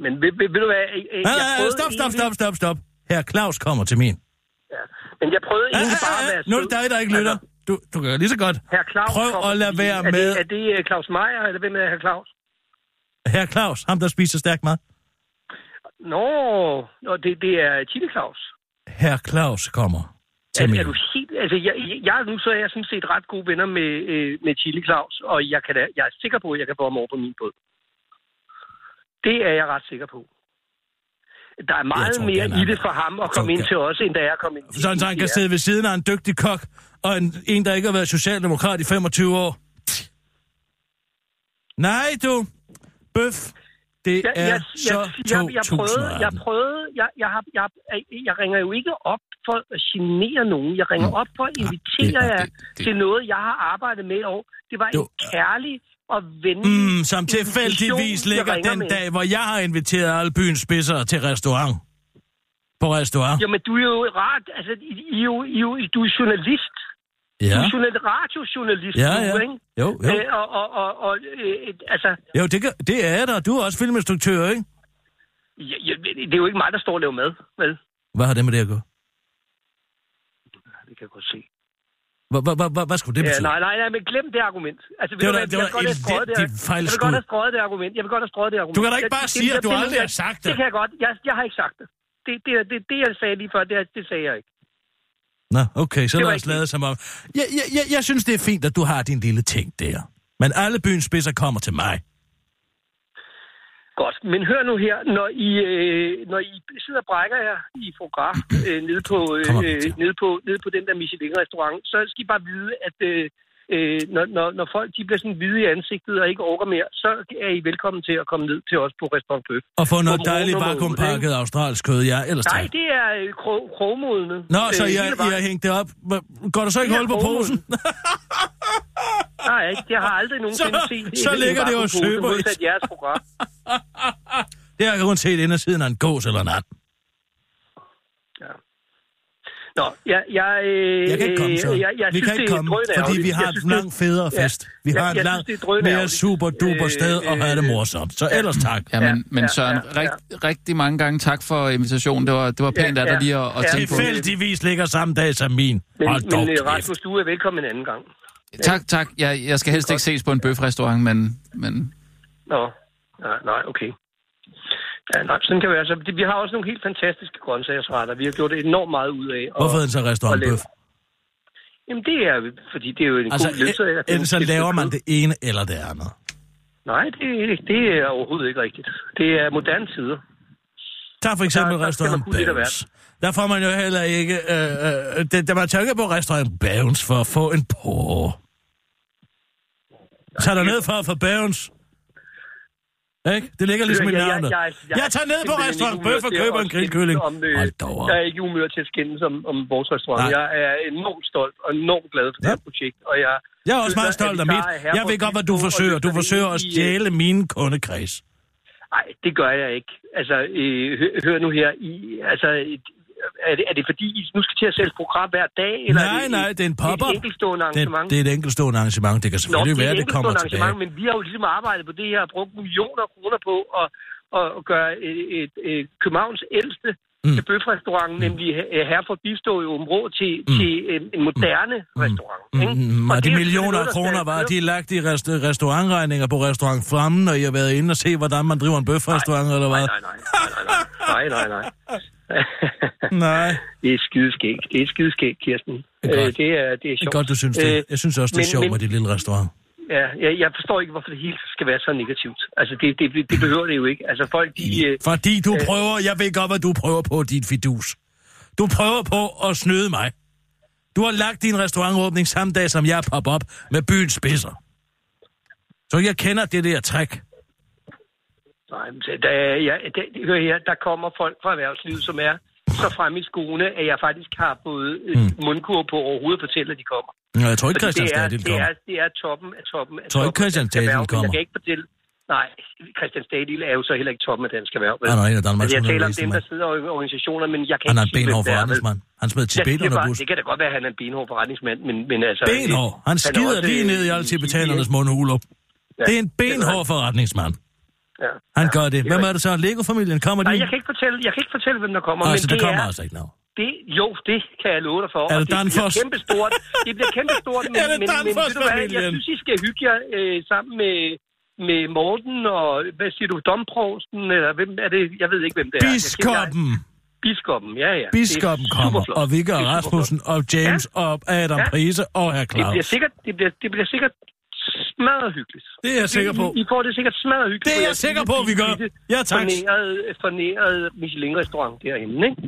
[SPEAKER 7] Men ved, ved, ved du hvad? Jeg, jeg,
[SPEAKER 3] Nej,
[SPEAKER 7] jeg
[SPEAKER 3] nej,
[SPEAKER 7] prøvede
[SPEAKER 3] Ah, stop, stop,
[SPEAKER 7] egentlig-
[SPEAKER 3] stop, stop, stop. Herr Claus kommer til min.
[SPEAKER 7] Ja. Men jeg prøvede
[SPEAKER 3] Ja,
[SPEAKER 7] egentlig bare
[SPEAKER 3] ja,
[SPEAKER 7] Altså, at
[SPEAKER 3] ja.
[SPEAKER 7] være
[SPEAKER 3] Nu er det dig, der ikke lytter. Du, du gør lige så godt.
[SPEAKER 7] Herr Claus
[SPEAKER 3] Prøv
[SPEAKER 7] kommer
[SPEAKER 3] at lade
[SPEAKER 7] til-
[SPEAKER 3] være
[SPEAKER 7] er
[SPEAKER 3] med.
[SPEAKER 7] Det, er det øh, Claus Meier, eller hvem er herr Claus?
[SPEAKER 3] Herr Claus, ham der spiser stærk mad.
[SPEAKER 7] Nå, nå det, det er Chile Claus.
[SPEAKER 3] Herr Claus kommer
[SPEAKER 7] Er,
[SPEAKER 3] til mig.
[SPEAKER 7] er du helt, altså, jeg, jeg- jeg, nu så er jeg sådan set ret gode venner med, øh, med Chili Claus, og jeg, kan da, jeg er sikker på, at jeg kan få ham over på min båd. Det er jeg ret sikker på. Der er meget
[SPEAKER 3] tror
[SPEAKER 7] tror, mere
[SPEAKER 3] gerne,
[SPEAKER 7] i
[SPEAKER 3] han-
[SPEAKER 7] det for ham at
[SPEAKER 3] jeg tror
[SPEAKER 7] komme ind
[SPEAKER 3] gerne-
[SPEAKER 7] til os, end da jeg kom ind til
[SPEAKER 3] Sådan, så han kan
[SPEAKER 7] Ja.
[SPEAKER 3] sidde ved siden af en dygtig kok, og en, en der ikke har været socialdemokrat i 25 år. Nej, du. Bøf. Det
[SPEAKER 7] jeg,
[SPEAKER 3] er
[SPEAKER 7] jeg, jeg,
[SPEAKER 3] så
[SPEAKER 7] jeg, jeg, prøvede, jeg
[SPEAKER 3] 2018.
[SPEAKER 7] prøvede, jeg, jeg, har, jeg, jeg- jeg ringer jo ikke op for at genere nogen. Jeg
[SPEAKER 3] Ah,
[SPEAKER 7] ringer op for at invitere
[SPEAKER 4] det-
[SPEAKER 7] jer
[SPEAKER 4] det- det-
[SPEAKER 7] til noget, jeg har arbejdet med i år. Det var
[SPEAKER 3] Du-
[SPEAKER 7] en kærlig og venlig
[SPEAKER 3] Mm, som tilfældigvis
[SPEAKER 7] invitation, jeg
[SPEAKER 3] ligger
[SPEAKER 7] ringer
[SPEAKER 3] den
[SPEAKER 7] med.
[SPEAKER 3] dag, hvor jeg har inviteret alle byens spidser til restaurant. På restaurant.
[SPEAKER 7] Jamen, du er jo rart. Altså, I, I, er jo- I, er jo- du er journalist. Ja. Du
[SPEAKER 3] Ja,
[SPEAKER 7] er journal- radiojournalist.
[SPEAKER 3] ja,
[SPEAKER 7] du,
[SPEAKER 3] ja.
[SPEAKER 7] Ikke?
[SPEAKER 3] Jo, jo.
[SPEAKER 7] Øh, og, og, og, og øh, et- altså,
[SPEAKER 3] Jo, det, kan, det er jeg da. Du er også filminstruktør, ikke?
[SPEAKER 7] ja, ja, det er jo ikke mig, der står og laver mad, vel?
[SPEAKER 3] Hvad har det med det at gøre?
[SPEAKER 7] Det kan jeg godt se.
[SPEAKER 3] Hvad- hvad- hvad- hvad- Hvad skulle det
[SPEAKER 7] Ja,
[SPEAKER 3] betyde?
[SPEAKER 7] Øh, nej, nej, nej, men glem det argument. Altså, ved
[SPEAKER 3] Det
[SPEAKER 7] du
[SPEAKER 3] var
[SPEAKER 7] hvad,
[SPEAKER 3] da- det
[SPEAKER 7] jeg
[SPEAKER 3] var
[SPEAKER 7] vil godt have strøget
[SPEAKER 3] elendigt
[SPEAKER 7] det- Jeg vil
[SPEAKER 3] fejlskud.
[SPEAKER 7] godt have strøget det argument. Jeg vil godt have strøget det argument.
[SPEAKER 3] Du kan da ikke bare sige, at du
[SPEAKER 7] det-
[SPEAKER 3] aldrig har sagt
[SPEAKER 7] Det
[SPEAKER 3] det.
[SPEAKER 7] kan jeg godt. Jeg, jeg har ikke sagt det. Det, det, det, det, jeg sagde lige før, det, det sagde jeg ikke.
[SPEAKER 3] Nå, okay, så
[SPEAKER 7] Det var
[SPEAKER 3] lad os
[SPEAKER 7] ikke
[SPEAKER 3] lade som om. Jeg, jeg, jeg, jeg synes, det er fint, at du har din lille ting der. Men alle byens spidser kommer til mig.
[SPEAKER 7] Godt, men hør nu her, når I, øh, når I sidder og brækker jer i Fogar øh, nede, på, øh,
[SPEAKER 3] Kommer vi
[SPEAKER 7] øh,
[SPEAKER 3] til.
[SPEAKER 7] nede, på, nede på den der Michelin-restaurant, så skal I bare vide, at øh, øh, når, når, når folk de bliver sådan hvide i ansigtet og ikke orker mere, så er I velkommen til at komme ned til os på Restaurant Bøf.
[SPEAKER 3] Og få noget
[SPEAKER 7] Og
[SPEAKER 3] dejligt
[SPEAKER 7] Bruno var ude,
[SPEAKER 3] vakuumpakket australsk kød, ja, ellers
[SPEAKER 7] Nej,
[SPEAKER 3] tak.
[SPEAKER 7] det er øh, kro- krogmodende.
[SPEAKER 3] Nå, så
[SPEAKER 7] Øh,
[SPEAKER 3] jeg,
[SPEAKER 7] hele
[SPEAKER 3] jeg
[SPEAKER 7] vejen.
[SPEAKER 3] har hængt det op. Hva- Går du så ikke
[SPEAKER 7] Det er
[SPEAKER 3] hul på
[SPEAKER 7] formålet.
[SPEAKER 3] posen?
[SPEAKER 7] Nej, jeg har aldrig nogensinde
[SPEAKER 3] Så-
[SPEAKER 7] set...
[SPEAKER 3] så ligger det jo og søber i-
[SPEAKER 7] i. jeres program.
[SPEAKER 3] det har jeg kun set indersiden af en gås eller en and.
[SPEAKER 7] Nå, jeg... Jeg, øh,
[SPEAKER 3] Jeg kan ikke komme, så.
[SPEAKER 7] øh, Jeg, jeg
[SPEAKER 3] vi
[SPEAKER 7] synes,
[SPEAKER 3] kan ikke
[SPEAKER 7] det er
[SPEAKER 3] komme,
[SPEAKER 7] drønærgerligt.
[SPEAKER 3] fordi vi
[SPEAKER 7] Jeg
[SPEAKER 3] har
[SPEAKER 7] synes,
[SPEAKER 3] en
[SPEAKER 7] det-
[SPEAKER 3] langt federe
[SPEAKER 7] Ja.
[SPEAKER 3] fest. Vi
[SPEAKER 7] Jeg-
[SPEAKER 3] har
[SPEAKER 7] jeg
[SPEAKER 3] en langt
[SPEAKER 7] synes, det er
[SPEAKER 3] mere
[SPEAKER 7] drønærgerligt.
[SPEAKER 3] super duper
[SPEAKER 7] Øh,
[SPEAKER 3] sted og have det
[SPEAKER 7] øh,
[SPEAKER 3] morsomt. Så ellers tak.
[SPEAKER 4] Ja, men,
[SPEAKER 7] ja,
[SPEAKER 4] men Søren,
[SPEAKER 7] ja, ja.
[SPEAKER 4] rigt, rigtig mange gange tak for invitationen. Det var, det var pænt
[SPEAKER 7] Ja,
[SPEAKER 4] af dig
[SPEAKER 7] ja,
[SPEAKER 4] lige at, at
[SPEAKER 7] ja.
[SPEAKER 4] tænke på.
[SPEAKER 3] Tilfældigvis ligger samme dag som min.
[SPEAKER 7] Men,
[SPEAKER 3] Hold
[SPEAKER 7] men
[SPEAKER 3] dog
[SPEAKER 7] øh,
[SPEAKER 3] kæft.
[SPEAKER 7] Rasmus, du er velkommen en anden gang.
[SPEAKER 4] Tak, tak. Jeg, jeg skal helst ikke ses på en bøfrestaurant, men, men
[SPEAKER 7] Nå, nej, nej, okay. Ja, nej, sådan kan vi altså. Vi har også nogle helt fantastiske grøntsagsretter. Vi har gjort enormt meget ud af. Og,
[SPEAKER 3] Hvorfor er det så restaurantbøf?
[SPEAKER 7] Jamen, det er fordi det er jo en
[SPEAKER 3] Altså,
[SPEAKER 7] god ledsager.
[SPEAKER 3] en- enten så laver man det ene eller det andet.
[SPEAKER 7] Nej, det, det er overhovedet ikke rigtigt. Det er moderne tider.
[SPEAKER 3] Tag for eksempel
[SPEAKER 7] der skal man
[SPEAKER 3] restaurant
[SPEAKER 7] kunne lidt af
[SPEAKER 3] Bavens. Der får man jo heller ikke... Øh, øh, det, der var tanke på restaurant Bavens for at få en porre. Tag dig ned for at få Bavens. Ikke? Det ligger ligesom i
[SPEAKER 7] Jeg- jeg-
[SPEAKER 3] navnet.
[SPEAKER 7] jeg- jeg-
[SPEAKER 3] Jeg tager ned på
[SPEAKER 7] simpelthen
[SPEAKER 3] restaurant
[SPEAKER 7] ikke i humør
[SPEAKER 3] Bøf og
[SPEAKER 7] til
[SPEAKER 3] køber
[SPEAKER 7] at
[SPEAKER 3] en grillkylling.
[SPEAKER 7] skændes om, øh,
[SPEAKER 3] Hold dog op.
[SPEAKER 7] Jeg er ikke i humør til at skændes om, om vores restaurant.
[SPEAKER 3] Nej.
[SPEAKER 7] Jeg er enormt stolt og enormt glad for
[SPEAKER 3] Ja.
[SPEAKER 7] det her projekt. Og jeg,
[SPEAKER 3] Jeg er også
[SPEAKER 7] føler,
[SPEAKER 3] meget
[SPEAKER 7] at
[SPEAKER 3] stolt
[SPEAKER 7] vi
[SPEAKER 3] af
[SPEAKER 7] bare er
[SPEAKER 3] mit.
[SPEAKER 7] her
[SPEAKER 3] Jeg
[SPEAKER 7] for
[SPEAKER 3] ved godt, hvad du
[SPEAKER 7] at
[SPEAKER 3] forsøger. Du
[SPEAKER 7] løfte det
[SPEAKER 3] forsøger
[SPEAKER 7] ind
[SPEAKER 3] at
[SPEAKER 7] i, øh,
[SPEAKER 3] stjæle min kundekreds.
[SPEAKER 7] Nej, det gør jeg ikke. Altså, øh, hør, hør nu her. I, altså, et- er det, er det fordi, I nu skal til at sælge et program hver dag? Eller er
[SPEAKER 3] Nej,
[SPEAKER 7] det,
[SPEAKER 3] nej, det er en
[SPEAKER 7] pop
[SPEAKER 3] pop-up.
[SPEAKER 7] Et enkeltstående
[SPEAKER 3] Det,
[SPEAKER 7] arrangement?
[SPEAKER 3] det er et enkeltstående arrangement. Det kan
[SPEAKER 7] Nå,
[SPEAKER 3] selvfølgelig
[SPEAKER 7] er
[SPEAKER 3] være,
[SPEAKER 7] et
[SPEAKER 3] at det kommer
[SPEAKER 7] enkeltstående
[SPEAKER 3] tilbage.
[SPEAKER 7] arrangement, Men vi har jo ligesom arbejdet på det her og brugt millioner af kroner på at, at, at gøre et, et, et Københavns ældste
[SPEAKER 3] Mm.
[SPEAKER 7] mm. bøfrestaurant, mm. nemlig øh, Herford Bistå i Åben Rå, til,
[SPEAKER 3] Mm.
[SPEAKER 7] mm. til en, en moderne mm. restaurant. ikke?
[SPEAKER 3] Mm, mm, og
[SPEAKER 7] det
[SPEAKER 3] de
[SPEAKER 7] er jo
[SPEAKER 3] millioner
[SPEAKER 7] noget,
[SPEAKER 3] af
[SPEAKER 7] der
[SPEAKER 3] kroner
[SPEAKER 7] skal
[SPEAKER 3] var,
[SPEAKER 7] køre.
[SPEAKER 3] de er lagt i rest- restaurantregninger på restaurant Fremmen, og I har været inde og se, hvordan man driver en bøfrestaurant, eller
[SPEAKER 7] Nej,
[SPEAKER 3] hvad?
[SPEAKER 7] nej, nej. Nej, nej, nej. nej, nej.
[SPEAKER 3] Nej.
[SPEAKER 7] det er skideskægt. Det er skideskægt, Kirsten.
[SPEAKER 3] Det er
[SPEAKER 7] Øh,
[SPEAKER 3] godt.
[SPEAKER 7] Det er, det er
[SPEAKER 3] Det er
[SPEAKER 7] sjovt.
[SPEAKER 3] godt, du synes det.
[SPEAKER 7] Øh,
[SPEAKER 3] Jeg synes også, det er
[SPEAKER 7] men-
[SPEAKER 3] sjovt
[SPEAKER 7] men-
[SPEAKER 3] med dit lille restaurant.
[SPEAKER 7] Ja, jeg, jeg forstår ikke, hvorfor det hele skal være så negativt. Altså, det, det, det behøver det jo ikke. Altså, folk, de... øh,
[SPEAKER 3] Fordi du prøver, jeg ved godt, hvad du prøver på, dit fidus. Du prøver på at snyde mig. Du har lagt din restaurantåbning samme dag, som jeg popper op med byens spidser. Så jeg kender det der træk.
[SPEAKER 7] Nej, men der, er- jeg, der, hør her, der kommer folk fra erhvervslivet, som er så fremme i skoene, at jeg faktisk har fået mm. mundkur på overhovedet at fortælle, at de kommer.
[SPEAKER 3] Nå, jeg tror ikke,
[SPEAKER 7] Fordi
[SPEAKER 3] Christian
[SPEAKER 7] det, er,
[SPEAKER 3] Stadil
[SPEAKER 7] det,
[SPEAKER 3] kommer.
[SPEAKER 7] er, det er toppen af toppen
[SPEAKER 3] Tror
[SPEAKER 7] af
[SPEAKER 3] ikke,
[SPEAKER 7] toppen af
[SPEAKER 3] Christian
[SPEAKER 7] dansk
[SPEAKER 3] Stadil
[SPEAKER 7] erhverv, men
[SPEAKER 3] kommer?
[SPEAKER 7] Jeg kan ikke fortælle... Nej, Christian Stadil er jo så heller ikke toppen af dansk erhverv. vel?
[SPEAKER 3] Han er en af Danmarks
[SPEAKER 7] Altså, jeg taler om
[SPEAKER 3] underligste
[SPEAKER 7] dem, der
[SPEAKER 3] mand.
[SPEAKER 7] sidder i organisationer, men jeg kan
[SPEAKER 3] Han er en
[SPEAKER 7] ikke sige, hvem
[SPEAKER 3] Ah, benhård
[SPEAKER 7] det er, vel?
[SPEAKER 3] forretningsmand. Han smed
[SPEAKER 7] Jeg
[SPEAKER 3] Tibet
[SPEAKER 7] siger
[SPEAKER 3] under
[SPEAKER 7] bare,
[SPEAKER 3] bussen.
[SPEAKER 7] det kan da godt være, at han er en benhård forretningsmand, men, men altså...
[SPEAKER 3] Benhår. Han
[SPEAKER 7] er
[SPEAKER 3] skider
[SPEAKER 7] også,
[SPEAKER 3] lige
[SPEAKER 7] øh,
[SPEAKER 3] ned i alle tibetanernes mundhuler.
[SPEAKER 7] Ja,
[SPEAKER 3] Det er en
[SPEAKER 7] det er
[SPEAKER 3] benhård
[SPEAKER 7] rigtigt.
[SPEAKER 3] forretningsmand.
[SPEAKER 7] Ja.
[SPEAKER 3] Han gør det. Hvem er
[SPEAKER 7] rigtigt.
[SPEAKER 3] det så? Lego-familien? Kommer de?
[SPEAKER 7] Nej, jeg kan ikke fortælle, jeg kan ikke fortælle hvem der kommer,
[SPEAKER 3] Altså,
[SPEAKER 7] men
[SPEAKER 3] der
[SPEAKER 7] det
[SPEAKER 3] kommer
[SPEAKER 7] er...
[SPEAKER 3] altså ikke navn.
[SPEAKER 7] Det, jo, det kan jeg love dig for.
[SPEAKER 3] Er
[SPEAKER 7] og
[SPEAKER 3] det Danfoss?
[SPEAKER 7] bliver kæmpestort. Det bliver kæmpestort, men,
[SPEAKER 3] Er det
[SPEAKER 7] men, men ved du hvad, jeg
[SPEAKER 3] Danfoss-familien?
[SPEAKER 7] synes, I skal hygge jer øh, sammen med, med Morten og, hvad siger du, domprovsten, eller hvem er det? Jeg ved ikke, hvem det er. Jeg kender-
[SPEAKER 3] Biskoppen.
[SPEAKER 7] Biskoppen, ja, ja.
[SPEAKER 3] Biskoppen
[SPEAKER 7] Det er
[SPEAKER 3] kommer.
[SPEAKER 7] superflot.
[SPEAKER 3] Og Vigga
[SPEAKER 7] Det er superflot.
[SPEAKER 3] Rasmussen og James og Adam
[SPEAKER 7] Ja.
[SPEAKER 3] Prise og herr
[SPEAKER 7] Det bliver
[SPEAKER 3] Claus.
[SPEAKER 7] sikkert, det bliver, det bliver sikkert smadret hyggeligt.
[SPEAKER 3] Det er jeg sikker på.
[SPEAKER 7] I, I får det sikkert smadret hyggeligt.
[SPEAKER 3] Det er
[SPEAKER 7] på
[SPEAKER 3] jeg
[SPEAKER 7] jeres
[SPEAKER 3] sikker
[SPEAKER 7] lille,
[SPEAKER 3] på, vi gør.
[SPEAKER 7] bitte,
[SPEAKER 3] Ja, tak.
[SPEAKER 7] Fornærede, fornærede Michelin-restaurant derinde, ikke?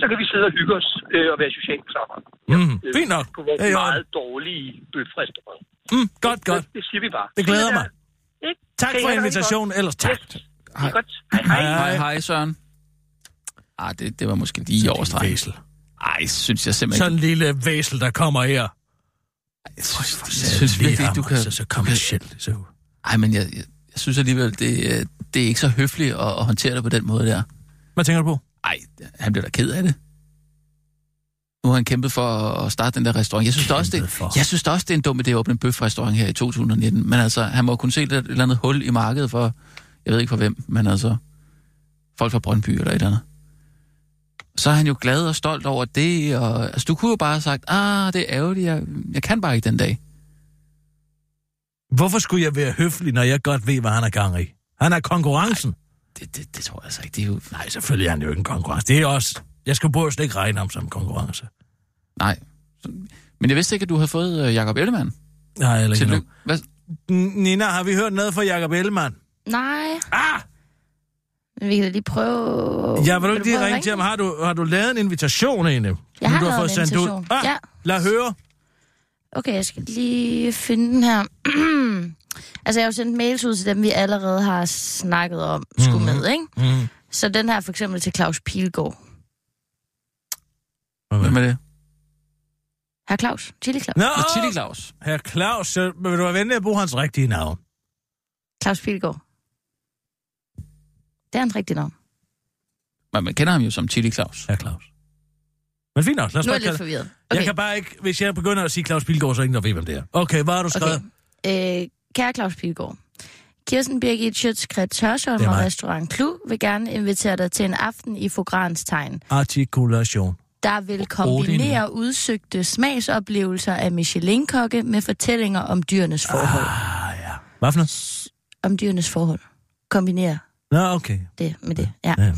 [SPEAKER 7] Så kan vi sidde og hygge os øh, og være socialt sammen.
[SPEAKER 3] Mm,
[SPEAKER 5] Øh,
[SPEAKER 3] fint nok.
[SPEAKER 7] På
[SPEAKER 3] Det er i
[SPEAKER 7] vores
[SPEAKER 3] orden.
[SPEAKER 7] meget dårlige bøfrestaurant.
[SPEAKER 3] Mm, godt, godt.
[SPEAKER 7] Det, det siger vi bare.
[SPEAKER 3] Det glæder mig.
[SPEAKER 7] Ikke?
[SPEAKER 3] Tak
[SPEAKER 7] Kan I
[SPEAKER 3] for
[SPEAKER 7] have det
[SPEAKER 3] invitationen,
[SPEAKER 7] rigtig
[SPEAKER 3] ellers tak.
[SPEAKER 7] Yes. Det er godt. Hej, hej.
[SPEAKER 3] Hej.
[SPEAKER 4] hej, hej Søren. Ah, det, det var måske lige
[SPEAKER 3] Sådan en
[SPEAKER 4] overstreget.
[SPEAKER 3] væsel.
[SPEAKER 4] Ej, synes jeg simpelthen
[SPEAKER 3] Sådan en lille væsel, der kommer her.
[SPEAKER 4] ikke. Jeg synes, jeg synes virkelig, ikke, du kan...
[SPEAKER 3] Så, så kommercielt. Så.
[SPEAKER 4] Ej, men jeg, jeg, jeg synes alligevel, det, øh, det er ikke så høfligt at, at håndtere det på den måde der.
[SPEAKER 3] Hvad tænker du på?
[SPEAKER 4] Ej, han blev da ked af det. Nu har han kæmpet for at starte den der restaurant. Jeg synes, da også,
[SPEAKER 3] Kæmpet for.
[SPEAKER 4] det, jeg synes da også, det er en dum idé at åbne en bøfrestaurant her i 2019. Men altså, han må jo kunne se der er et eller andet hul i markedet for, jeg ved ikke for hvem, men altså, folk fra Brøndby eller et eller andet. Så er han jo glad og stolt over det, og altså, du kunne jo bare have sagt, ah, det er ærgerligt, jeg, jeg kan bare ikke den dag.
[SPEAKER 3] Hvorfor skulle jeg være høflig, når jeg godt ved, hvad han er gang i? Han er konkurrencen.
[SPEAKER 4] Det, det, det tror jeg altså ikke, det er jo...
[SPEAKER 3] Nej, selvfølgelig er han jo ikke en konkurrence. Det er også... Jeg skal burde slet ikke regne ham som en konkurrence.
[SPEAKER 4] Nej. Men jeg vidste ikke, at du havde fået øh, Jakob Ellemann.
[SPEAKER 3] Nej, eller ikke
[SPEAKER 4] Tillykke. Hvad?
[SPEAKER 3] endnu. N- Nina, har vi hørt noget fra Jakob Ellemann?
[SPEAKER 8] Nej,
[SPEAKER 3] Ah!
[SPEAKER 8] men vi kan da lige prøve...
[SPEAKER 3] Ja, vil du ikke lige
[SPEAKER 8] prøve at
[SPEAKER 3] ringe til ham? Har du, har du lavet en invitation egentlig?
[SPEAKER 8] Jeg har lavet en
[SPEAKER 3] sendt ud?
[SPEAKER 8] invitation.
[SPEAKER 3] Ah,
[SPEAKER 8] Ja.
[SPEAKER 3] Lad høre.
[SPEAKER 8] Okay, jeg skal lige finde den her. altså, jeg har jo sendt mails ud til dem, vi allerede har snakket om, skulle mm-hmm. med, ikke?
[SPEAKER 3] Mm.
[SPEAKER 8] Så den her for eksempel til Claus Pilgaard.
[SPEAKER 4] Hvem er det?
[SPEAKER 8] Herr Claus, Chili Claus.
[SPEAKER 3] Nå,
[SPEAKER 4] Nå, Tilly Claus.
[SPEAKER 3] herr Claus, så vil du være venlig at bruge hans rigtige navn?
[SPEAKER 8] Claus Pilgaard. Det er hans rigtige navn.
[SPEAKER 4] Man, man kender ham jo som Tilly Claus.
[SPEAKER 3] Herr Claus. Men fint nok, lad os
[SPEAKER 8] Nu
[SPEAKER 3] bare
[SPEAKER 8] er jeg lidt
[SPEAKER 3] kalde-
[SPEAKER 8] forvirret.
[SPEAKER 3] Okay.
[SPEAKER 8] Okay.
[SPEAKER 3] Jeg kan bare ikke, hvis jeg begynder at sige Claus Pilgaard, så er ingen, der ved, hvem det er. Okay, hvad har du skrevet?
[SPEAKER 8] Okay. Øh, kære Claus Pilgaard. Kirsten Birgit Schøtzgrads Hørsholm
[SPEAKER 3] Det er
[SPEAKER 8] og
[SPEAKER 3] mig.
[SPEAKER 8] Restaurant Clou vil gerne invitere dig til en aften i Fograns tegn,
[SPEAKER 3] Okay. Artikulation.
[SPEAKER 8] der vil
[SPEAKER 4] Odin.
[SPEAKER 8] kombinere udsøgte smagsoplevelser af Michelin-kokke med fortællinger om dyrenes forhold. Ah.
[SPEAKER 3] Hvad for noget?
[SPEAKER 8] Om dyrenes forhold. Kombinere
[SPEAKER 3] Nå, okay.
[SPEAKER 8] det med det, ja.
[SPEAKER 3] Ja.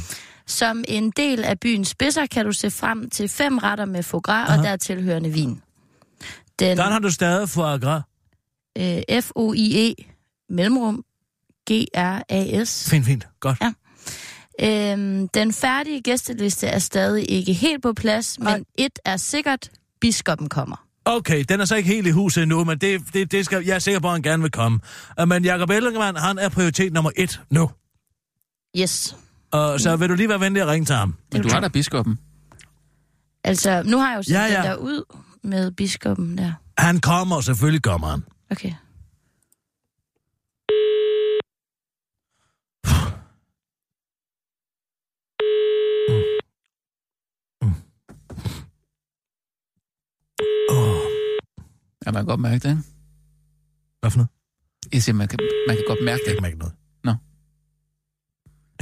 [SPEAKER 8] Som en del af byens spidser kan du se frem til fem retter med foie gras og dertilhørende vin. Den,
[SPEAKER 3] Den har du stadig for agra.
[SPEAKER 8] øh, F-O-I-E, mellemrum, G-R-A-S.
[SPEAKER 3] Fint, fint. Godt.
[SPEAKER 8] Ja. Øhm, den færdige gæsteliste er stadig ikke helt på plads, men et er sikkert, biskoppen kommer.
[SPEAKER 3] Okay, den er så ikke helt i huset endnu, men det, det, det skal, jeg er sikker på, at han gerne vil komme. Øh, Men Jacob Ellemann, han er prioritet nummer et nu.
[SPEAKER 8] Yes.
[SPEAKER 3] Og
[SPEAKER 8] Mm.
[SPEAKER 3] så vil du lige være venlig at ringe til ham.
[SPEAKER 4] Men du har da biskoppen.
[SPEAKER 8] Altså, nu har jeg jo sendt
[SPEAKER 3] Ja,
[SPEAKER 8] ja, ja.
[SPEAKER 3] ja.
[SPEAKER 8] den der ud med biskoppen der.
[SPEAKER 3] Han kommer, selvfølgelig kommer han.
[SPEAKER 8] Okay.
[SPEAKER 3] Oh,
[SPEAKER 4] Ja, man kan godt mærke det, ikke?
[SPEAKER 3] hvad for noget?
[SPEAKER 4] Jeg siger, man kan, man kan godt mærke
[SPEAKER 3] Jeg kan
[SPEAKER 4] det.
[SPEAKER 3] ikke mærke noget.
[SPEAKER 4] Nå.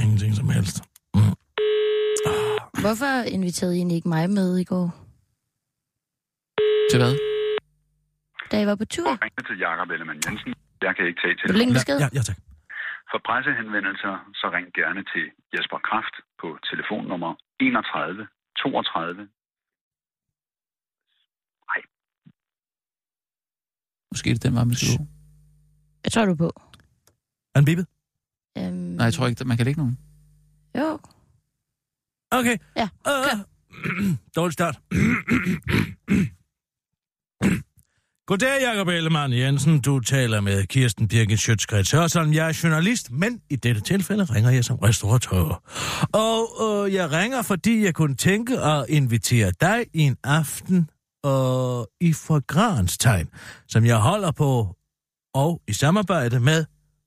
[SPEAKER 3] Ingenting som helst.
[SPEAKER 8] Hvorfor inviterede I egentlig ikke mig med i går,
[SPEAKER 4] Til hvad?
[SPEAKER 8] da I var på tur?
[SPEAKER 9] ringe til Jakob Ellemann Jensen. Jeg kan ikke tage til
[SPEAKER 8] Vil du lægge en
[SPEAKER 3] Ja,
[SPEAKER 8] besked?
[SPEAKER 3] ja, ja, tak.
[SPEAKER 9] For pressehenvendelser, så ring gerne til Jesper Kraft på telefonnummer 31 32.
[SPEAKER 4] Måske er det den var, man skal gå.
[SPEAKER 8] Hvad tror du på?
[SPEAKER 3] Er han bippet?
[SPEAKER 8] Øhm,
[SPEAKER 4] Nej, jeg tror ikke, man kan lægge nogen.
[SPEAKER 8] Jo.
[SPEAKER 3] Okay.
[SPEAKER 8] Ja,
[SPEAKER 3] Uh, dårlig start. Goddag, Jakob Ellemann Jensen. Du taler med Kirsten Birgit Sjøtskrets Hørsholm. Jeg er journalist, men i dette tilfælde ringer jeg som restauratør. Og øh, jeg ringer, fordi jeg kunne tænke at invitere dig i en aften øh, i Forgrans tegn, som jeg holder på og i samarbejde med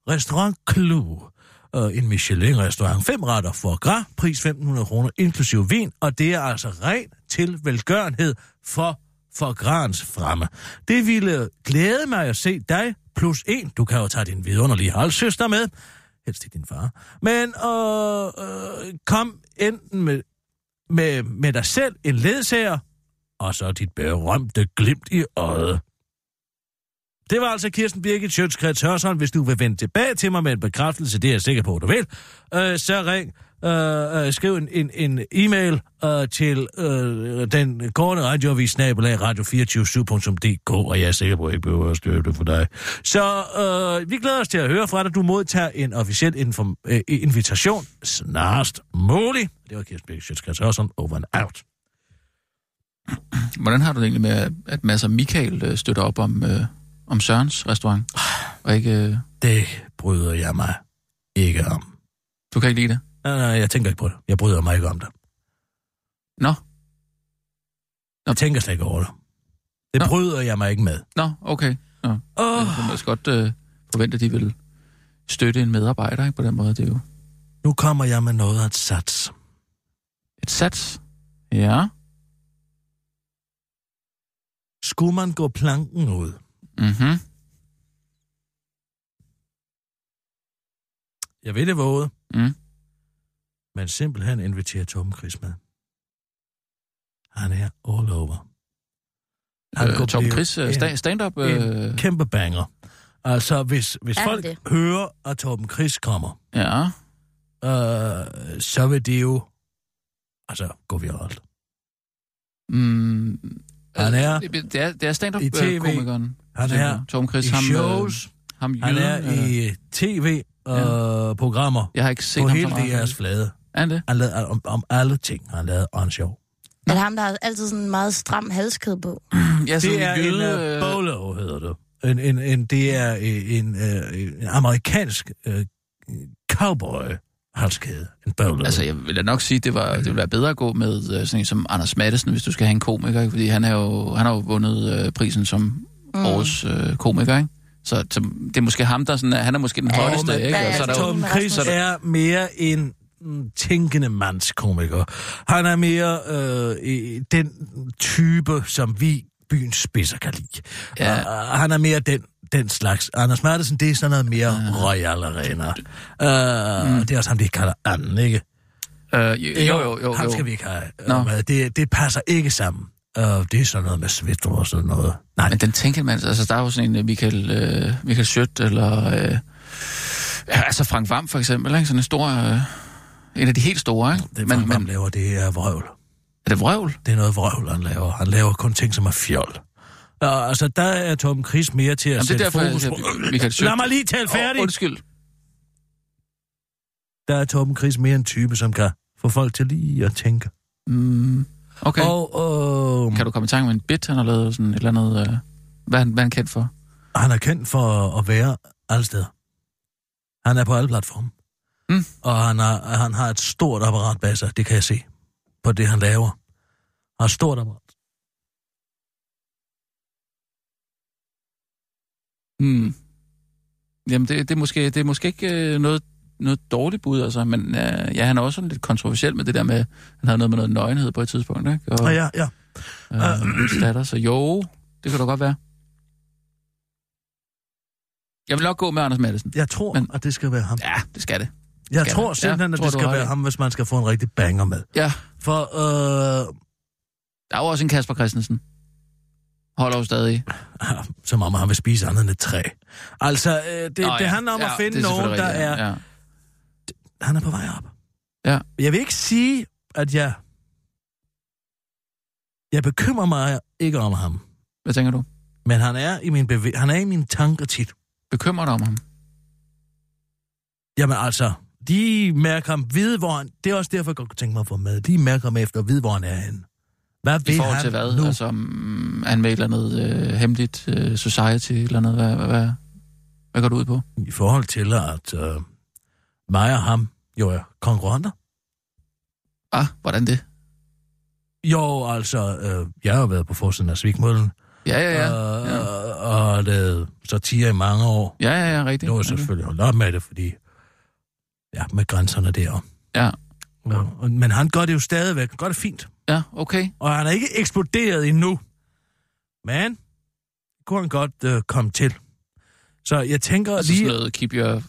[SPEAKER 3] Restaurant Clou. Øh, en Michelin-restaurant. Fem retter for gras, pris 1.500 kroner, inklusiv vin, og det er altså ren til velgørenhed for for grans fremme. Det ville glæde mig at se dig, plus en, du kan jo tage din vidunderlige halvsøster med, helst til din far, men øh, øh, kom enten med, med, med dig selv, en ledsager, og så dit berømte glimt i øjet. Det var altså Kirsten Birgit Sjøtskrets Hørsholm. Hvis du vil vende tilbage til mig med en bekræftelse, det er jeg sikker på, at du vil, øh, så ring, øh, øh, skriv en, en, en e-mail øh, til øh, den korte radioavis, snabelag radio247.dk, og jeg er sikker på, at jeg ikke behøver at støve det for dig. Så øh, vi glæder os til at høre fra dig. Du modtager en officiel inform- øh, invitation snarest muligt. Det var Kirsten Birgit Sjøtskrets Hørsholm, over and out.
[SPEAKER 4] Hvordan har du det egentlig med, at- at Mads og Michael øh, støtter op om, øh, om Sørens restaurant? Og ikke... Øh,
[SPEAKER 3] Det bryder jeg mig ikke om.
[SPEAKER 4] du kan ikke lide det?
[SPEAKER 3] Nej, nej, jeg tænker ikke på det. Jeg bryder mig ikke om det.
[SPEAKER 4] Nå,
[SPEAKER 3] Jeg tænker slet ikke over det. Det
[SPEAKER 4] Nå.
[SPEAKER 3] bryder jeg mig ikke med.
[SPEAKER 4] nå, okay. Nå.
[SPEAKER 3] Åh,
[SPEAKER 4] Oh. Jeg kunne også godt øh, forvente, at de ville støtte en medarbejder ikke? på den måde. Det er jo
[SPEAKER 3] Nu kommer jeg med noget af et sats.
[SPEAKER 4] et sats. Ja.
[SPEAKER 3] Skulle man gå planken ud,
[SPEAKER 4] Mm-hmm.
[SPEAKER 3] jeg ved det våde,
[SPEAKER 4] Mm.
[SPEAKER 3] men simpelthen inviterer Tom Chris med. Han er all over.
[SPEAKER 4] Øh,
[SPEAKER 3] kunne
[SPEAKER 4] Tom
[SPEAKER 3] blive
[SPEAKER 4] Chris, øh,
[SPEAKER 3] en-
[SPEAKER 4] sta- stand-up. Øh,
[SPEAKER 3] en kæmpe banger. Altså, hvis, hvis
[SPEAKER 8] Er han
[SPEAKER 3] folk
[SPEAKER 8] det?
[SPEAKER 3] hører, at Torben Chris kommer,
[SPEAKER 4] ja.
[SPEAKER 3] øh, så vil det jo altså gå viralt.
[SPEAKER 4] Mm,
[SPEAKER 3] Han
[SPEAKER 4] øh,
[SPEAKER 3] er
[SPEAKER 4] det, det er, det er stand-up
[SPEAKER 3] i
[SPEAKER 4] øh,
[SPEAKER 3] TV.
[SPEAKER 4] komikeren.
[SPEAKER 3] Han er
[SPEAKER 4] Tom Chris,
[SPEAKER 3] i
[SPEAKER 4] ham, øh,
[SPEAKER 3] shows,
[SPEAKER 4] ham
[SPEAKER 3] han
[SPEAKER 4] jyden,
[SPEAKER 3] er
[SPEAKER 4] øh,
[SPEAKER 3] i tv-programmer
[SPEAKER 4] Jeg har ikke set
[SPEAKER 3] på
[SPEAKER 4] ham
[SPEAKER 3] hele
[SPEAKER 4] så meget.
[SPEAKER 3] DR's flade.
[SPEAKER 4] Er han det?
[SPEAKER 3] Han lavede, om, om alle ting, han lavede on show.
[SPEAKER 4] Altså,
[SPEAKER 8] Er det ham, der har altid sådan en meget stram halskæde på?
[SPEAKER 4] Ja, sådan øh,
[SPEAKER 3] Det er en
[SPEAKER 4] jyde,
[SPEAKER 3] uh, bolo, hedder det. En, en, en, det er en, en, øh, en amerikansk øh, cowboy halskæde. En bolo.
[SPEAKER 4] Altså, jeg vil da nok sige, det, var, det ville være bedre at gå med øh, sådan en som Anders Mattesen, hvis du skal have en komiker, ikke? fordi han, er jo, han har jo vundet øh, prisen som mm. årets øh, komiker, ikke? Så, så det er måske ham, der sådan, er- han er måske den
[SPEAKER 3] Åh,
[SPEAKER 4] hotteste,
[SPEAKER 3] men
[SPEAKER 4] ikke?
[SPEAKER 8] der
[SPEAKER 4] Og så er der jo,
[SPEAKER 3] Tom
[SPEAKER 8] Rasmus.
[SPEAKER 3] Chris
[SPEAKER 8] Så er
[SPEAKER 3] er mere en mm, tænkende mandskomiker. Han er mere øh, i- den type, som vi byens spidser kan lide.
[SPEAKER 4] Ja.
[SPEAKER 3] Ja. Uh, han er mere den, den slags. Anders Madsen, det er sådan noget mere royal arena. Uh, mm. Det er også ham, de kalder anden, ikke?
[SPEAKER 4] øh, jo, jo, jo, jo,
[SPEAKER 3] Ham skal vi
[SPEAKER 4] jo.
[SPEAKER 3] ikke have.
[SPEAKER 4] Nå.
[SPEAKER 3] No. Det, det passer ikke sammen. Uh, det er sådan noget med svitter og sådan noget. Nej,
[SPEAKER 4] Men den tænker man, altså der er jo sådan en øh, Michael, øh, Michael Schødt, eller øh, ja, altså Frank Vam for eksempel, ikke? Sådan en stor, øh, en af de helt store, ikke?
[SPEAKER 3] det,
[SPEAKER 4] men,
[SPEAKER 3] man, man
[SPEAKER 4] men,
[SPEAKER 3] laver, det er vrøvl.
[SPEAKER 4] er det vrøvl?
[SPEAKER 3] Det er noget vrøvl, han laver. Han laver kun ting, som er fjol. Og, altså, der er Tom Chris mere til at
[SPEAKER 4] Jamen, det er
[SPEAKER 3] sætte
[SPEAKER 4] derfor, jeg
[SPEAKER 3] fokus på...
[SPEAKER 4] siger, Michael Schødt.
[SPEAKER 3] Lad mig lige tale færdig.
[SPEAKER 4] Åh, undskyld.
[SPEAKER 3] Der er Tom Chris mere en type, som kan få folk til lige at tænke.
[SPEAKER 4] Mm, okay.
[SPEAKER 3] Og øh,
[SPEAKER 4] Kan du komme i tanke om en bit, han har lavet sådan et eller andet... Øh, hvad, er han, hvad er han kendt for?
[SPEAKER 3] han er kendt for at være alle steder. Han er på alle platforme.
[SPEAKER 4] Mm.
[SPEAKER 3] Og han har, han har et stort apparat bag sig, det kan jeg se, på det, han laver. Han har et stort apparat.
[SPEAKER 4] Mm. Jamen, det, det, er måske, det er måske ikke øh, noget, noget dårligt bud, altså, men øh, ja, han er også sådan lidt kontroversiel med det der med, han havde noget med noget nøgenhed på et tidspunkt, ikke? Og,
[SPEAKER 3] Og ja, ja.
[SPEAKER 4] øh, hans datter, så jo, det kan da godt være. Jeg vil nok gå med Anders Madsen.
[SPEAKER 3] Jeg tror,
[SPEAKER 4] Men-
[SPEAKER 3] Men... at det skal være ham.
[SPEAKER 4] Ja, det skal det.
[SPEAKER 3] Jeg
[SPEAKER 4] skal
[SPEAKER 3] tror
[SPEAKER 4] det.
[SPEAKER 3] simpelthen,
[SPEAKER 4] Ja,
[SPEAKER 3] at
[SPEAKER 4] tror,
[SPEAKER 3] det
[SPEAKER 4] du
[SPEAKER 3] skal
[SPEAKER 4] har
[SPEAKER 3] være
[SPEAKER 4] ret.
[SPEAKER 3] ham, hvis man skal få en rigtig banger med.
[SPEAKER 4] Ja,
[SPEAKER 3] For øh,
[SPEAKER 4] der er jo også en Kasper Christensen. Holder jo stadig.
[SPEAKER 3] Ah, som om han vil spise andet end et træ. Altså, øh, det,
[SPEAKER 4] Nå
[SPEAKER 3] det ja. handler om ja, at
[SPEAKER 4] det
[SPEAKER 3] finde
[SPEAKER 4] er
[SPEAKER 3] nogen,
[SPEAKER 4] selvfølgelig
[SPEAKER 3] der
[SPEAKER 4] rigtigt,
[SPEAKER 3] er... Ja.
[SPEAKER 4] Ja.
[SPEAKER 3] Han er på vej op.
[SPEAKER 4] Ja.
[SPEAKER 3] Jeg vil ikke sige, at jeg... Jeg bekymrer mig ikke om ham,
[SPEAKER 4] Hvad tænker du?
[SPEAKER 3] men han er i min bevæ- han er i mine tanker tit.
[SPEAKER 4] Bekymrer dig om ham?
[SPEAKER 3] Jamen altså, de mærker ham vide, hvor han... Det er også derfor, jeg godt kunne tænke mig at få ham med. De mærker ham efter at vide, hvor han er henne. Hvad vil
[SPEAKER 4] I forhold
[SPEAKER 3] han
[SPEAKER 4] til hvad?
[SPEAKER 3] Nu?
[SPEAKER 4] Altså, mm, er han med et eller andet øh, hemmeligt øh, society eller noget? Hvad, hvad, hvad, hvad går du ud på?
[SPEAKER 3] I forhold til, at øh, mig og ham jo er konkurrenter.
[SPEAKER 4] Ah, hvordan det?
[SPEAKER 3] Jo, altså, øh, jeg har jo været på forsiden af Svigmøllen.
[SPEAKER 4] Ja, ja, ja.
[SPEAKER 3] øh,
[SPEAKER 4] Ja,
[SPEAKER 3] og lavet satire i mange år.
[SPEAKER 4] ja, ja, ja rigtigt.
[SPEAKER 3] Nu er jeg
[SPEAKER 4] Okay.
[SPEAKER 3] selvfølgelig holdt op med det, fordi... Ja, med grænserne der.
[SPEAKER 4] Ja,
[SPEAKER 3] Ja. Men han gør det jo stadigvæk. Han gør det fint.
[SPEAKER 4] ja, okay.
[SPEAKER 3] Og han er ikke eksploderet endnu. Men det kunne han godt øh, komme til. Så jeg tænker
[SPEAKER 4] Altså sådan
[SPEAKER 3] lige...
[SPEAKER 4] noget, keep your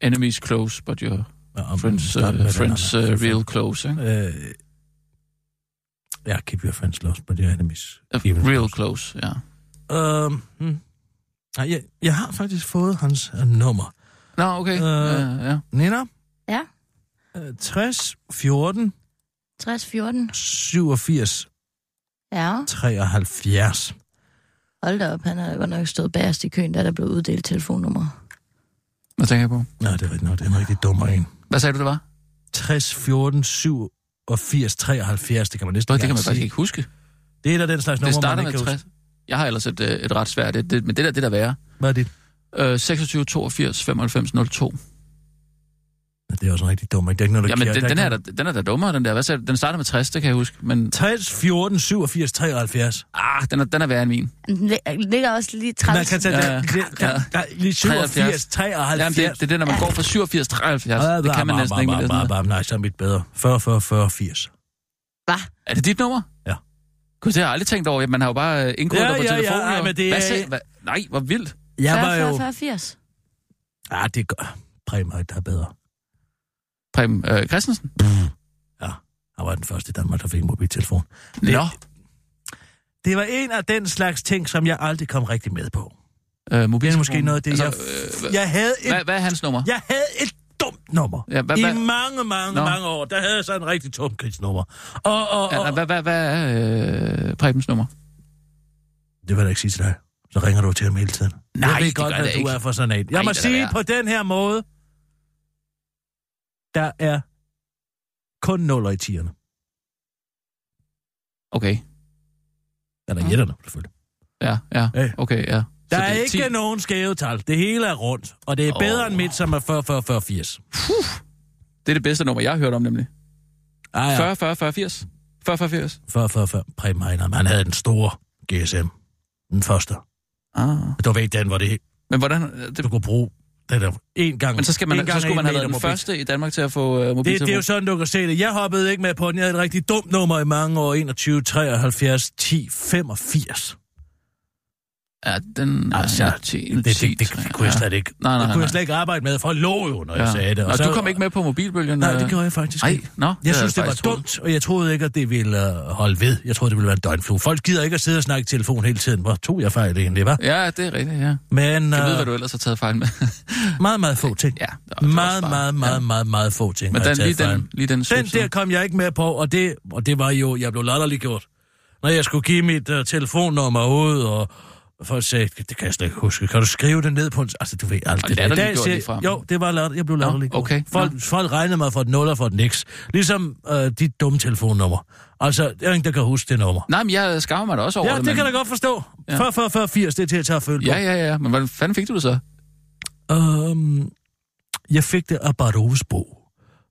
[SPEAKER 4] enemies close, but your
[SPEAKER 3] Ja, om-
[SPEAKER 4] friends,
[SPEAKER 3] start
[SPEAKER 4] uh,
[SPEAKER 3] med
[SPEAKER 4] friends uh,
[SPEAKER 3] vennerne.
[SPEAKER 4] real close. Ikke?
[SPEAKER 3] Øh, ja, keep your friends close, but your enemies. keep them
[SPEAKER 4] Real close, ja.
[SPEAKER 3] Øh, hmm. Nej, jeg, jeg har faktisk fået hans øh, nummer.
[SPEAKER 4] Nå, okay.
[SPEAKER 3] Øh.
[SPEAKER 4] Ja, ja.
[SPEAKER 3] Nina?
[SPEAKER 8] Ja.
[SPEAKER 3] Øh, 60, 14,
[SPEAKER 8] 60, 14.
[SPEAKER 3] 87,
[SPEAKER 8] Ja,
[SPEAKER 3] 73.
[SPEAKER 8] hold da op. Han har godt nok stået bagerst i køen, da der blev uddelt telefonnummer.
[SPEAKER 4] Hvad tænker jeg på?
[SPEAKER 3] Nej, det er rigtigt nok. Det er en rigtig dummer en.
[SPEAKER 4] Hvad sagde du, det var?
[SPEAKER 3] 60, 14, 87, 73. Det kan man næsten
[SPEAKER 4] Nå, det kan man
[SPEAKER 3] engang
[SPEAKER 4] faktisk
[SPEAKER 3] sige.
[SPEAKER 4] ikke huske.
[SPEAKER 3] Det er da den slags
[SPEAKER 4] Det
[SPEAKER 3] nummer,
[SPEAKER 4] starter
[SPEAKER 3] man ikke
[SPEAKER 4] med
[SPEAKER 3] kan
[SPEAKER 4] 60. Jeg har ellers et, øh, et ret svært, et, det, men det der, Øh, det der værre.
[SPEAKER 3] huske. Hvad er dit?
[SPEAKER 4] Øh, 26, 82, 95, 02.
[SPEAKER 3] Men det er også en rigtig dumt. ikke? Det er ikke noget, der
[SPEAKER 4] Jamen,
[SPEAKER 3] giver-
[SPEAKER 4] den,
[SPEAKER 3] der
[SPEAKER 4] den,
[SPEAKER 3] ikke
[SPEAKER 4] er, da- den er da dummere, den der. Hvad sagde du? Den starter med 60, det kan jeg huske. Men
[SPEAKER 3] 60, 14, 87, 73.
[SPEAKER 4] ah, den er, den er værre end min.
[SPEAKER 8] Den lig- ligger også lige
[SPEAKER 3] Man
[SPEAKER 8] 30.
[SPEAKER 3] kan tage
[SPEAKER 4] Ja,
[SPEAKER 3] ja,
[SPEAKER 4] ja.
[SPEAKER 3] ja. lige 87,
[SPEAKER 4] 73. Jamen,
[SPEAKER 3] 73.
[SPEAKER 4] det, det er det, når man går fra 87 til 73. Det kan man næsten ikke med det. sådan noget.
[SPEAKER 3] med Nej, så er mit bedre. 40, 40, 40, 80.
[SPEAKER 8] Hvad?
[SPEAKER 4] Er det dit nummer?
[SPEAKER 3] Ja.
[SPEAKER 4] Gud, det har jeg aldrig tænkt over. Man har jo bare øh, indkodet
[SPEAKER 3] Ja,
[SPEAKER 4] dig på
[SPEAKER 3] ja, ja,
[SPEAKER 4] telefonen.
[SPEAKER 3] ej,
[SPEAKER 4] jo.
[SPEAKER 3] men det
[SPEAKER 4] Hvad
[SPEAKER 3] er-
[SPEAKER 4] sagde- hvad? Nej, hvor vildt.
[SPEAKER 3] Jeg
[SPEAKER 8] 40,
[SPEAKER 3] var jo...
[SPEAKER 8] 40, 40, 80.
[SPEAKER 3] Ja, det gør Preben Høj, der er bedre.
[SPEAKER 4] Preben øh, Christensen?
[SPEAKER 3] Han var den første i Danmark, der fik en mobiltelefon. Det-
[SPEAKER 4] Nå.
[SPEAKER 3] Det var en af den slags ting, som jeg aldrig kom rigtig med på.
[SPEAKER 4] Øh,
[SPEAKER 3] Det er
[SPEAKER 4] mobiltelefon.
[SPEAKER 3] måske noget af det,
[SPEAKER 4] Altså,
[SPEAKER 3] jeg...
[SPEAKER 4] øh,
[SPEAKER 3] f-
[SPEAKER 4] hvad-
[SPEAKER 3] Jeg havde et,
[SPEAKER 4] Hvad, hvad er hans nummer?
[SPEAKER 3] jeg havde et dumt nummer.
[SPEAKER 4] Ja, hvad-
[SPEAKER 3] I
[SPEAKER 4] hvad-
[SPEAKER 3] mange, mange,
[SPEAKER 4] Nå.
[SPEAKER 3] mange år, der havde jeg så en rigtig dumt krigsnummer. Og, og,
[SPEAKER 4] Ja,
[SPEAKER 3] og,
[SPEAKER 4] hvad, hvad, hvad er øh, Prebens nummer?
[SPEAKER 3] Det vil jeg da ikke sige til dig. Så ringer du til ham hele tiden.
[SPEAKER 4] Nej,
[SPEAKER 3] jeg ved
[SPEAKER 4] det
[SPEAKER 3] godt,
[SPEAKER 4] gør
[SPEAKER 3] hvad
[SPEAKER 4] jeg
[SPEAKER 3] du
[SPEAKER 4] ikke.
[SPEAKER 3] er for sådan en. Jeg
[SPEAKER 4] Nej,
[SPEAKER 3] må
[SPEAKER 4] det er da
[SPEAKER 3] sige
[SPEAKER 4] værre.
[SPEAKER 3] på den her måde, der er kun nuller i tierne.
[SPEAKER 4] Okay,
[SPEAKER 3] Eller
[SPEAKER 4] Mm.
[SPEAKER 3] i jætterne, selvfølgelig.
[SPEAKER 4] ja, ja,
[SPEAKER 3] Ja.
[SPEAKER 4] okay, ja.
[SPEAKER 3] Der
[SPEAKER 4] Så
[SPEAKER 3] er
[SPEAKER 4] det
[SPEAKER 3] ikke
[SPEAKER 4] 10.
[SPEAKER 3] nogen skæve tal. Det hele er rundt. Og det er bedre
[SPEAKER 4] Åh.
[SPEAKER 3] end mit, som er 40, 40, 40, 80.
[SPEAKER 4] Det er det bedste nummer, jeg har hørt om, nemlig.
[SPEAKER 3] Ah, ja.
[SPEAKER 4] 40, 40, 40, 80. 40, 40, 80.
[SPEAKER 3] 40, 40, 40. Preben Heiner, han havde den store GSM. Den første.
[SPEAKER 4] Ah.
[SPEAKER 3] Du ved den, hvor det,
[SPEAKER 4] Men hvordan... øh, Det,
[SPEAKER 3] du kunne bruge den der en gang.
[SPEAKER 4] men så, skal man,
[SPEAKER 3] en gang
[SPEAKER 4] så skulle
[SPEAKER 3] en
[SPEAKER 4] man have været
[SPEAKER 3] meter
[SPEAKER 4] den
[SPEAKER 3] mobil.
[SPEAKER 4] første i Danmark til at få øh,
[SPEAKER 3] Det,
[SPEAKER 4] mobiltelefon.
[SPEAKER 3] det er jo sådan, du kan se det. Jeg hoppede ikke med på den. Jeg havde et rigtig dumt nummer i mange år. 21, 73, 10, 85.
[SPEAKER 4] Ja, den...
[SPEAKER 3] Altså,
[SPEAKER 4] ja, 10,
[SPEAKER 3] Det, det,
[SPEAKER 4] 10,
[SPEAKER 3] det, det kunne jeg slet ikke.
[SPEAKER 4] Nej, nej,
[SPEAKER 3] det kunne
[SPEAKER 4] nej,
[SPEAKER 3] jeg slet ikke arbejde med, for jeg lå jo, når
[SPEAKER 4] Ja.
[SPEAKER 3] jeg sagde det.
[SPEAKER 4] Nå, du kom ikke med på mobilbølgen?
[SPEAKER 3] Nej,
[SPEAKER 4] øh?
[SPEAKER 3] det gjorde jeg faktisk
[SPEAKER 4] Nej,
[SPEAKER 3] ikke.
[SPEAKER 4] nå. Øh,
[SPEAKER 3] Jeg
[SPEAKER 4] havde
[SPEAKER 3] synes, det var
[SPEAKER 4] faktisk troet.
[SPEAKER 3] dumt, og jeg troede ikke, at det ville øh, holde ved. Jeg troede, det ville være en døgnflue. Folk gider ikke at sidde og snakke i telefon hele tiden. Hvor tog jeg fejl egentlig, var?
[SPEAKER 4] Ja, det er rigtigt, ja.
[SPEAKER 3] Men
[SPEAKER 4] Jeg ved, hvad
[SPEAKER 3] øh,
[SPEAKER 4] du ellers har taget fejl med.
[SPEAKER 3] meget, meget få ting.
[SPEAKER 4] ja, det var også
[SPEAKER 3] Meget,
[SPEAKER 4] bare-
[SPEAKER 3] meget, meget, meget, meget få ting.
[SPEAKER 4] Men
[SPEAKER 3] har jeg
[SPEAKER 4] den, lige
[SPEAKER 3] taget fejl.
[SPEAKER 4] den, lige den,
[SPEAKER 3] Den
[SPEAKER 4] svipsede.
[SPEAKER 3] der kom jeg ikke med på, og det, og det var jo, jeg blev latterliggjort. Når jeg skulle give mit uh, telefonnummer ud, og folk sagde, det kan jeg slet ikke huske, kan du skrive det ned på en... Altså, du ved alt
[SPEAKER 4] Og
[SPEAKER 3] det der. I dag
[SPEAKER 4] latterliggjort
[SPEAKER 3] siger-
[SPEAKER 4] ligefrem.
[SPEAKER 3] Jo, det var latter, jeg blev latterliggjort.
[SPEAKER 4] okay.
[SPEAKER 3] Folk,
[SPEAKER 4] Nå.
[SPEAKER 3] folk regnede mig for et nul og for et niks. Ligesom uh, dit dumme telefonnummer. Altså, der er ingen, der kan huske det nummer.
[SPEAKER 4] Nej, men jeg skammer mig da også over
[SPEAKER 3] Ja,
[SPEAKER 4] det.
[SPEAKER 3] det kan
[SPEAKER 4] men...
[SPEAKER 3] jeg da godt forstå.
[SPEAKER 4] Ja.
[SPEAKER 3] 40, 40, 40, 80, det er til at tage at føle
[SPEAKER 4] Ja, ja, ja. Men hvordan fanden fik du det så?
[SPEAKER 3] på. Øhm, jeg fik det af Bart Oves bog.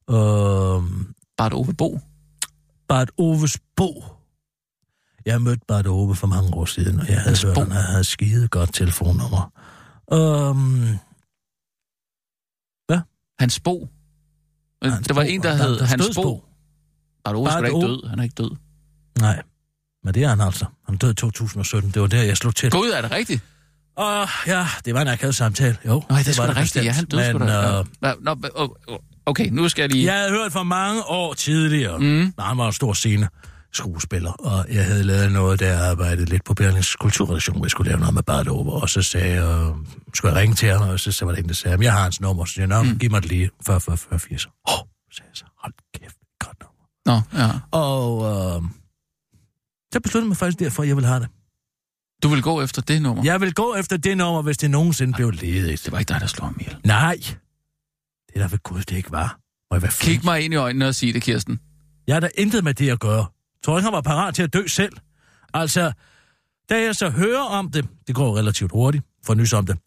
[SPEAKER 3] Øhm,
[SPEAKER 4] Bare et Ove Bo.
[SPEAKER 3] Bart Oves bog. Jeg mødte Bart Ove for mange år siden, og jeg havde hørt, at han havde skide godt telefonnummer. Øhm,
[SPEAKER 4] Hans Bo. Men
[SPEAKER 3] Hans
[SPEAKER 4] der var
[SPEAKER 3] Bo,
[SPEAKER 4] en, der
[SPEAKER 3] og
[SPEAKER 4] hed
[SPEAKER 3] der
[SPEAKER 4] Hans
[SPEAKER 3] stod
[SPEAKER 4] Bo. Bart Ove er sgu da
[SPEAKER 3] Bart
[SPEAKER 4] ikke
[SPEAKER 3] Ove.
[SPEAKER 4] død. Han er ikke død.
[SPEAKER 3] Nej, men det er han altså. Han døde i 2017. Det var der, jeg slog til.
[SPEAKER 4] Gud, er det rigtigt?
[SPEAKER 3] Og ja, det var en akavet samtale. Jo,
[SPEAKER 4] Nej, det er sgu
[SPEAKER 3] var
[SPEAKER 4] da rigtigt.
[SPEAKER 3] bestemt.
[SPEAKER 4] Ja, han døde sgu
[SPEAKER 3] men,
[SPEAKER 4] da.
[SPEAKER 3] øh,
[SPEAKER 4] Ja. Nå, hva- åh, åh, okay, nu skal jeg lige...
[SPEAKER 3] Jeg havde hørt for mange år tidligere.
[SPEAKER 4] Mm.
[SPEAKER 3] Nej, han var en stor scene skuespiller, og jeg havde lavet noget, der jeg arbejdede lidt på Berlings Kulturredaktion, hvor jeg skulle lave noget med Bart Ove, og så sagde jeg, øh, skulle jeg ringe til ham, og så, så var der en, der sagde, "Jamen, jeg har hans nummer, så jeg sagde, mm. giv mig det lige, 40, 40, 40, 80. Åh, oh, sagde jeg så, hold kæft, godt nummer.
[SPEAKER 4] Nå, ja.
[SPEAKER 3] Og øh, så besluttede jeg mig faktisk derfor, at jeg ville have det.
[SPEAKER 4] Du vil gå efter det nummer?
[SPEAKER 3] Jeg vil gå efter det nummer, hvis det nogensinde blev ledigt.
[SPEAKER 4] Det var ikke dig, der slog ham ihjel.
[SPEAKER 3] Nej, det er der ved Gud, det ikke var. Må jeg være fri?
[SPEAKER 4] Kig mig ind i øjnene og sig det, Kirsten.
[SPEAKER 3] Jeg har da intet med det at gøre. Tror ikke, han var parat til at dø selv. Altså, da jeg så hører om det, det går relativt hurtigt, for nys om det.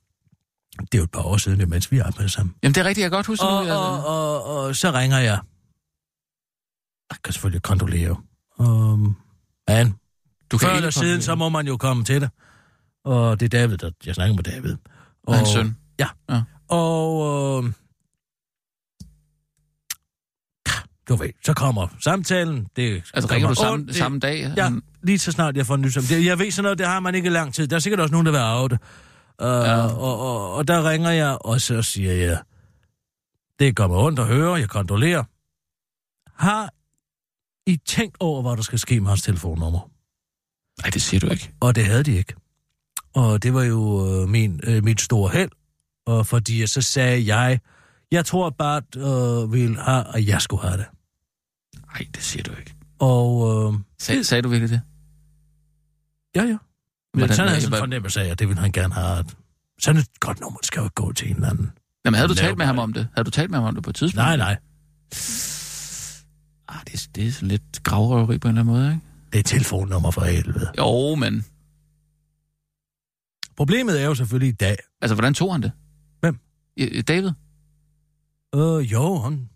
[SPEAKER 3] Det er jo et par år siden, mens vi arbejdede sammen.
[SPEAKER 4] Jamen, det er rigtigt, jeg kan godt huske
[SPEAKER 3] Og,
[SPEAKER 4] nu. Jeg,
[SPEAKER 3] og, og, og så ringer jeg. Jeg kan selvfølgelig kondolere. Um, men
[SPEAKER 4] du
[SPEAKER 3] før eller
[SPEAKER 4] ikke
[SPEAKER 3] siden, så må man jo komme til det. Og det er David, der, jeg snakker med David.
[SPEAKER 4] Og hans søn.
[SPEAKER 3] Og øh, du ved, så kommer samtalen. Det
[SPEAKER 4] Altså,
[SPEAKER 3] gør
[SPEAKER 4] ringer
[SPEAKER 3] mig
[SPEAKER 4] du samme,
[SPEAKER 3] ondt, det-
[SPEAKER 4] samme dag?
[SPEAKER 3] Ja,
[SPEAKER 4] Han-
[SPEAKER 3] lige så snart jeg får nyt om det. Jeg ved sådan noget, det har man ikke i lang tid. Der er sikkert også nogen, der vil arve det. Uh, ja. og, og, og der ringer jeg, og så siger jeg, det gør mig ondt at høre, jeg kontrollerer. Har I tænkt over, hvad der skal ske med hans telefonnummer?
[SPEAKER 4] Nej, det siger du ikke.
[SPEAKER 3] Og det havde de ikke. Og det var jo øh, min, øh, mit store held, og fordi så sagde jeg, jeg tror bare, at øh, vil have, at jeg skulle have det.
[SPEAKER 4] Nej, det siger du ikke.
[SPEAKER 3] Og øh,
[SPEAKER 4] Sag, sagde du virkelig det?
[SPEAKER 3] ja, ja. Men
[SPEAKER 4] Hvordan-
[SPEAKER 3] sådan havde jeg sådan
[SPEAKER 4] hvordan-
[SPEAKER 3] en fornemmelse af, at det ville han gerne have. at- Sådan et godt nummer skal jo ikke gå til en eller anden.
[SPEAKER 4] Jamen, havde du
[SPEAKER 3] Lav
[SPEAKER 4] talt med ham
[SPEAKER 3] mig.
[SPEAKER 4] om det? Havde du talt med ham om det på et tidspunkt?
[SPEAKER 3] Nej, nej.
[SPEAKER 4] Ah, det, er- det er sådan lidt gravrøveri på en eller anden måde, ikke?
[SPEAKER 3] Det er telefonnummer for helvede.
[SPEAKER 4] Jo, men...
[SPEAKER 3] Problemet er jo selvfølgelig i dag.
[SPEAKER 4] Altså, hvordan tog han det?
[SPEAKER 3] Hvem?
[SPEAKER 4] I, David?
[SPEAKER 3] Øh, jo, han...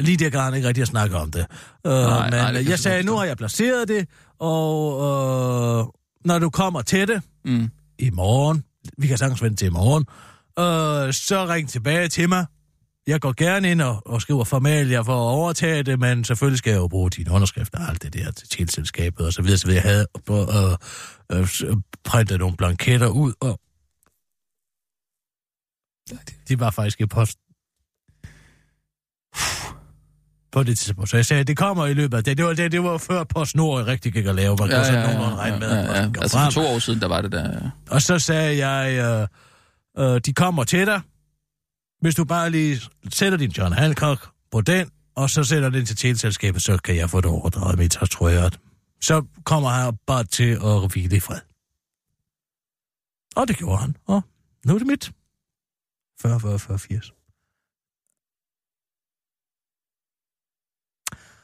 [SPEAKER 3] Lige der kan han ikke rigtig at snakke om det. Øh,
[SPEAKER 4] nej,
[SPEAKER 3] nej,
[SPEAKER 4] det
[SPEAKER 3] men
[SPEAKER 4] kan
[SPEAKER 3] nej,
[SPEAKER 4] jeg
[SPEAKER 3] jeg
[SPEAKER 4] godt
[SPEAKER 3] sagde, nu
[SPEAKER 4] forstå.
[SPEAKER 3] har jeg placeret det, og øh, når du kommer til det,
[SPEAKER 4] Mm.
[SPEAKER 3] i morgen, vi kan sagtens vente til i morgen, øh, så ring tilbage til mig. Jeg går gerne ind og, og skriver formalier for at overtage det, men selvfølgelig skal jeg jo bruge din underskrift og alt det der til tilselskabet og så videre, så videre. Jeg havde øh, øh, s- printet nogle blanketter ud, og de var faktisk i posten. På det tidspunkt. Så jeg sagde, det kommer i løbet af det. Det var, det, det var før PostNord rigtig gik at lave. Man ja, kunne sådan nogenlunde regne med, at posten kom
[SPEAKER 4] Altså
[SPEAKER 3] frem.
[SPEAKER 4] for to år siden, der var det der... ja.
[SPEAKER 3] Og så sagde jeg, øh, øh, de kommer til dig, hvis du bare lige sætter din John Hancock på den, og så sætter den til teleselskabet, så kan jeg få det overdraget mit tastrueret. Så kommer han bare til at hvile i fred. Og det gjorde han. Og nu er det mit. 40, 40, 40, 80.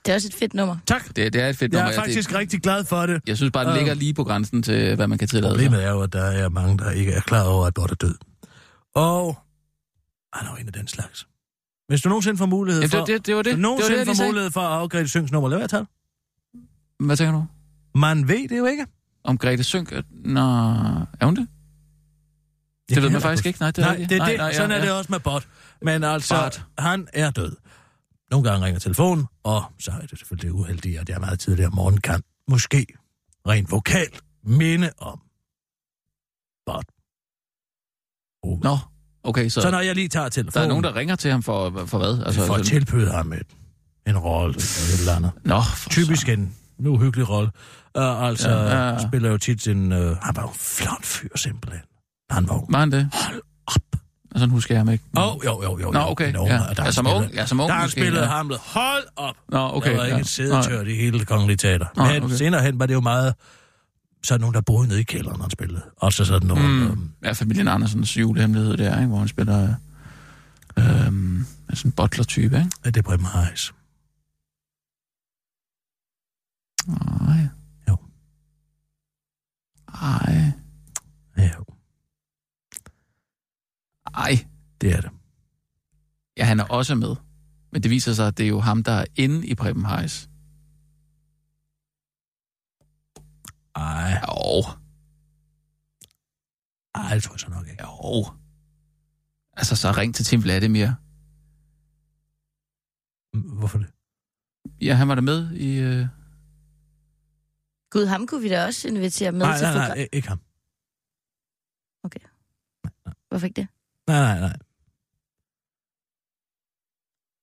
[SPEAKER 8] Det er også et fedt nummer.
[SPEAKER 3] Tak.
[SPEAKER 4] Det, det er et fedt
[SPEAKER 3] Jeg
[SPEAKER 4] nummer.
[SPEAKER 3] er
[SPEAKER 4] ja.
[SPEAKER 3] faktisk
[SPEAKER 4] det,
[SPEAKER 3] rigtig glad for det.
[SPEAKER 4] jeg synes bare, det
[SPEAKER 3] Øh.
[SPEAKER 4] ligger lige på grænsen til, hvad man kan tillade sig.
[SPEAKER 3] Problemet er jo, at der er mange, der ikke er klar over, at Bot er død. Og han er jo en af den slags. Hvis du nogensinde får mulighed
[SPEAKER 4] Jamen,
[SPEAKER 3] for...
[SPEAKER 4] det, det, det var det.
[SPEAKER 3] det,
[SPEAKER 4] det var det,
[SPEAKER 3] nogensinde
[SPEAKER 4] jeg lige
[SPEAKER 3] får
[SPEAKER 4] sagde.
[SPEAKER 3] mulighed for at afgøre et synksnummer. Lad være at tage det.
[SPEAKER 4] Hvad tænker du?
[SPEAKER 3] Man ved det jo ikke.
[SPEAKER 4] Om Grete Sønk? at- Nå, er hun det?
[SPEAKER 3] Jeg
[SPEAKER 4] Det ved
[SPEAKER 3] kan
[SPEAKER 4] man faktisk
[SPEAKER 3] huske.
[SPEAKER 4] ikke. Nej, det er
[SPEAKER 3] Nej,
[SPEAKER 4] rigtigt.
[SPEAKER 3] det er
[SPEAKER 4] Nej,
[SPEAKER 3] det.
[SPEAKER 4] nej, ja,
[SPEAKER 3] Sådan er
[SPEAKER 4] ja.
[SPEAKER 3] det også med bot. Men altså,
[SPEAKER 4] Bart.
[SPEAKER 3] han er død. Nogle gange ringer telefonen, og så er det selvfølgelig det uheldige, at jeg meget tidligere om morgenen kan måske rent vokalt minde om bot. Oh.
[SPEAKER 4] Nå, okay, så,
[SPEAKER 3] Så når jeg lige tager
[SPEAKER 4] der
[SPEAKER 3] telefonen,
[SPEAKER 4] er nogen, der ringer til ham for, for hvad?
[SPEAKER 3] altså, for at
[SPEAKER 4] sådan-
[SPEAKER 3] tilbyde ham et, en rolle eller et eller andet.
[SPEAKER 4] Nå, for
[SPEAKER 3] Typisk en uhyggelig rolle. Uh, altså,
[SPEAKER 4] Ja, ja, ja.
[SPEAKER 3] spiller jo tit en... Uh, han var jo en flot fyr, simpelhen. Han var jo...
[SPEAKER 4] søren. Var han det?
[SPEAKER 3] Hold op!
[SPEAKER 4] Og sådan husker jeg ham ikke.
[SPEAKER 3] Åh, oh, jo, jo, jo.
[SPEAKER 4] Nå,
[SPEAKER 3] jo,
[SPEAKER 4] okay,
[SPEAKER 3] en
[SPEAKER 4] ja.
[SPEAKER 3] og Der
[SPEAKER 4] Ja,
[SPEAKER 3] har
[SPEAKER 4] som
[SPEAKER 3] spillet-
[SPEAKER 4] ung- ja, som ung
[SPEAKER 3] Der har
[SPEAKER 4] måske,
[SPEAKER 3] spillet
[SPEAKER 4] ja.
[SPEAKER 3] hamlet. Hold op!
[SPEAKER 4] Nå, okay.
[SPEAKER 3] der var ikke
[SPEAKER 4] ja.
[SPEAKER 3] et sædetørt i hele det kongelige teater.
[SPEAKER 4] Nej,
[SPEAKER 3] Men
[SPEAKER 4] okay.
[SPEAKER 3] senere hen var det jo meget... Så nogen, der boede nede i kælderen, han spillede. Og så sådan nogle... Mm. Øhm,
[SPEAKER 4] Mm. Ja, familien Andersens julehemmelighed der, ikke? hvor han spiller øh, øhm, sådan en butler-type, ikke?
[SPEAKER 3] er det Preben Harris?
[SPEAKER 4] Nej.
[SPEAKER 3] Jo.
[SPEAKER 4] Ej.
[SPEAKER 3] Ja, jo,
[SPEAKER 4] Ej.
[SPEAKER 3] det er det.
[SPEAKER 4] Ja, han er også med. Men det viser sig, at det er jo ham, der er inde i Preben Heis.
[SPEAKER 3] Ej,
[SPEAKER 4] Jo.
[SPEAKER 3] ej, det tror jeg så nok ikke.
[SPEAKER 4] Jo. Altså, så ring til Tim Vladimir.
[SPEAKER 3] Hvorfor det?
[SPEAKER 4] Ja, han var der med i... Øh...
[SPEAKER 8] Gud, ham kunne vi da også invitere med
[SPEAKER 3] Nej,
[SPEAKER 8] til
[SPEAKER 3] nej, nej,
[SPEAKER 8] program.
[SPEAKER 3] ikke- ikke ham.
[SPEAKER 8] Hvorfor ikke det?
[SPEAKER 3] Nej, nej, nej.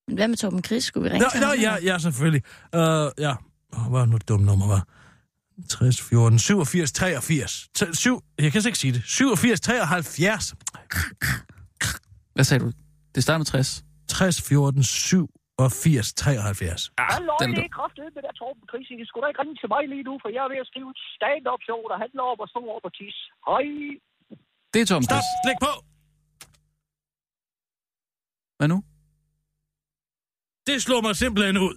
[SPEAKER 8] Men hvad med Torben Chris? Skulle vi ringe
[SPEAKER 3] Nå,
[SPEAKER 8] til
[SPEAKER 3] nå
[SPEAKER 8] ham?
[SPEAKER 3] ja, ja, selvfølgelig. Uh, ja, oh, hvad er nu et dumt nummer, var? 60, 14, 87, 83. 7, jeg kan slet ikke sige det. 87, 73.
[SPEAKER 4] Hvad sagde du? Det starter med 60.
[SPEAKER 3] 60, 14, 87, 73.
[SPEAKER 4] Ah,
[SPEAKER 5] Hallo,
[SPEAKER 4] den er
[SPEAKER 5] det
[SPEAKER 4] dum.
[SPEAKER 5] er kraftedet med der Torben Chris. I kan sgu da ikke ringe til mig lige nu, for jeg er ved at skrive et stand-up show, der handler om at stå op og tisse. Hej.
[SPEAKER 4] det er Tom
[SPEAKER 3] Stop,
[SPEAKER 4] Chris.
[SPEAKER 3] læg på!
[SPEAKER 4] Hvad nu?
[SPEAKER 3] Det slår mig simpelthen ud.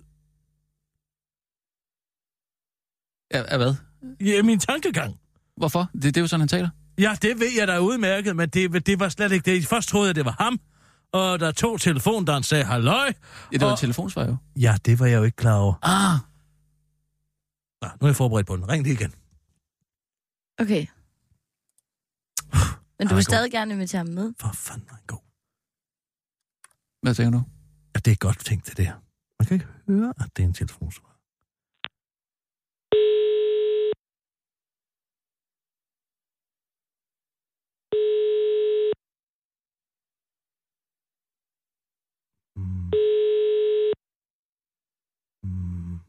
[SPEAKER 4] Ja, ja, hvad?
[SPEAKER 3] Ja, min tankegang.
[SPEAKER 4] Hvorfor? Det, det er jo sådan, han taler.
[SPEAKER 3] Ja, det ved jeg da udmærket, men det, det var slet ikke det. Først troede jeg, det var ham, og der tog telefonen, da han sagde halløj.
[SPEAKER 4] Ja, det var
[SPEAKER 3] Og-
[SPEAKER 4] og... telefonsvar jo.
[SPEAKER 3] Ja, det var jeg jo ikke klar over.
[SPEAKER 4] Ah,
[SPEAKER 3] Nå, nu er jeg forberedt på den. Ring lige igen.
[SPEAKER 8] Okay. Men
[SPEAKER 3] Ej,
[SPEAKER 8] du vil
[SPEAKER 3] god.
[SPEAKER 8] stadig gerne invitere ham med.
[SPEAKER 3] For fanden, er han god.
[SPEAKER 4] hvad tænker du?
[SPEAKER 3] Ja, det er godt tænkt, det der. Man kan ikke høre, at det er en telefonsvarer. Mm. Mm.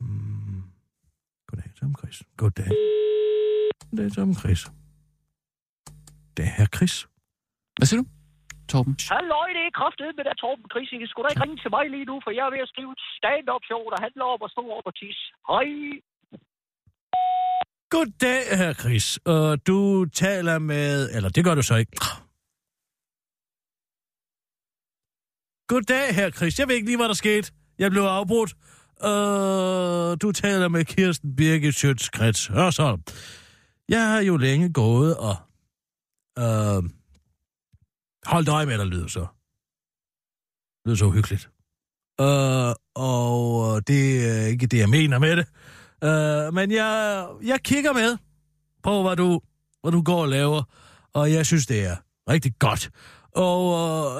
[SPEAKER 3] Mm. Goddag, Tom Chris. Goddag. Goddag, Tom Chris. Det er herr Chris.
[SPEAKER 4] Hvad siger du? Torben?
[SPEAKER 5] Hallo, det er kraftedet med der Torben Chris. I kan sgu da ikke ringe til mig lige nu, for jeg er ved at skrive et stand-up show, der handler om at stå op og tisse. Hej.
[SPEAKER 3] Goddag, herr Chris. Og du taler med... Eller det gør du så ikke. Goddag, herr Chris. Jeg ved ikke lige, hvad der skete. Jeg blev afbrudt. Øh, du taler med Kirsten Birgit Sjøtskrets Hørsholm. Jeg har jo længe gået og Øh, holdt øje med dig, lyder så. Lyder så uhyggeligt. Øh, og øh, det er ikke det, jeg mener med det. Øh, men jeg, jeg kigger med på, hvad du, hvad du går og laver, og jeg synes, det er rigtig godt. Og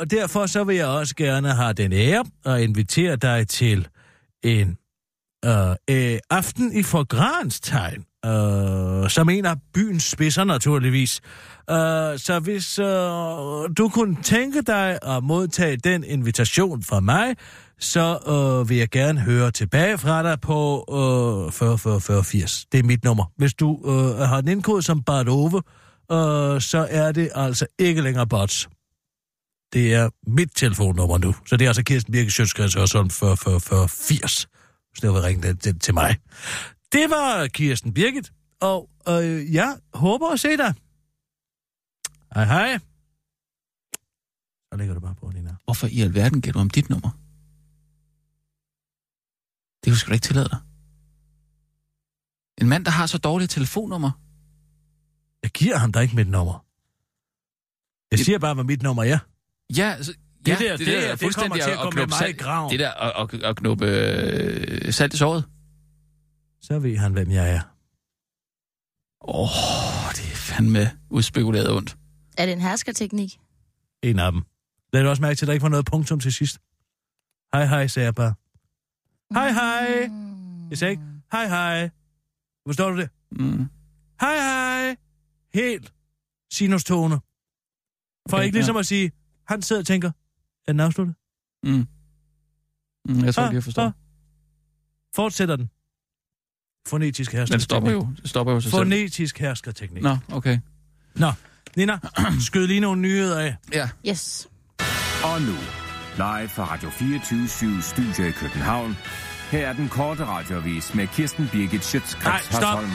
[SPEAKER 3] øh, derfor så vil jeg også gerne have den ære og invitere dig til en øh, øh, aften i forgranstegn, øh, som en af byens spidser naturligvis. Øh, så hvis øh, du kunne tænke dig at modtage den invitation fra mig, så øh, vil jeg gerne høre tilbage fra dig på øh, 40 40 40 80. Det er mit nummer. Hvis du øh, har den indkodet som Bart Ove, øh, så er det altså ikke længere bots. Det er mit telefonnummer nu. Så det er altså Kirsten Birke Sjøtskreds Hørsholm 40 40 40 80 hvis du vil ringe den til, til mig. Det var Kirsten Birgit, og øh, jeg håber at se dig. Hej hej. Så lægger du bare på, Nina.
[SPEAKER 4] Hvorfor i alverden gav du om dit nummer? Det kunne du sgu da ikke tillade dig. En mand, der har så dårligt telefonnummer.
[SPEAKER 3] Jeg giver ham da ikke mit nummer. Jeg
[SPEAKER 4] Det-
[SPEAKER 3] siger bare, hvad mit nummer er.
[SPEAKER 4] Ja, altså,
[SPEAKER 3] Det
[SPEAKER 4] ja,
[SPEAKER 3] der, det der, det kommer til at komme
[SPEAKER 4] knuppe
[SPEAKER 3] med mig i
[SPEAKER 4] salt-
[SPEAKER 3] graven.
[SPEAKER 4] Det der at, at, at knuppe øh, salt i såret.
[SPEAKER 3] Så ved han, hvem jeg er.
[SPEAKER 4] Åh, oh, det er fandme udspekuleret ondt.
[SPEAKER 8] Er det en herskerteknik?
[SPEAKER 3] En af dem. Lad du også mærke til, at der ikke var noget punktum til sidst. Hej hej, sagde jeg bare. Hej hej. Jeg sagde ikke, hej hej. Forstår du det?
[SPEAKER 4] Mm.
[SPEAKER 3] hej hej, helt sinustone. For
[SPEAKER 4] Okay,
[SPEAKER 3] okay, ikke ligesom ja. at sige, han sidder og tænker, er den afsluttet?
[SPEAKER 4] Mm. Mm, jeg tror
[SPEAKER 3] Ah,
[SPEAKER 4] lige, jeg forstår.
[SPEAKER 3] ah. Fortsætter den. Fonetisk
[SPEAKER 4] Men det stopper
[SPEAKER 3] herskerteknik.
[SPEAKER 4] jo. Det stopper jo sig selv.
[SPEAKER 3] Fonetisk herskerteknik.
[SPEAKER 4] Nå, okay.
[SPEAKER 3] Nina, skyd lige nogle nyheder af.
[SPEAKER 4] Ja.
[SPEAKER 8] Yes.
[SPEAKER 6] Og nu, live fra Radio 24 Studio i København. Her er den korte radiovis med Kirsten Birgit Schøtzgrads
[SPEAKER 3] Nej, stop.
[SPEAKER 6] Hasholm.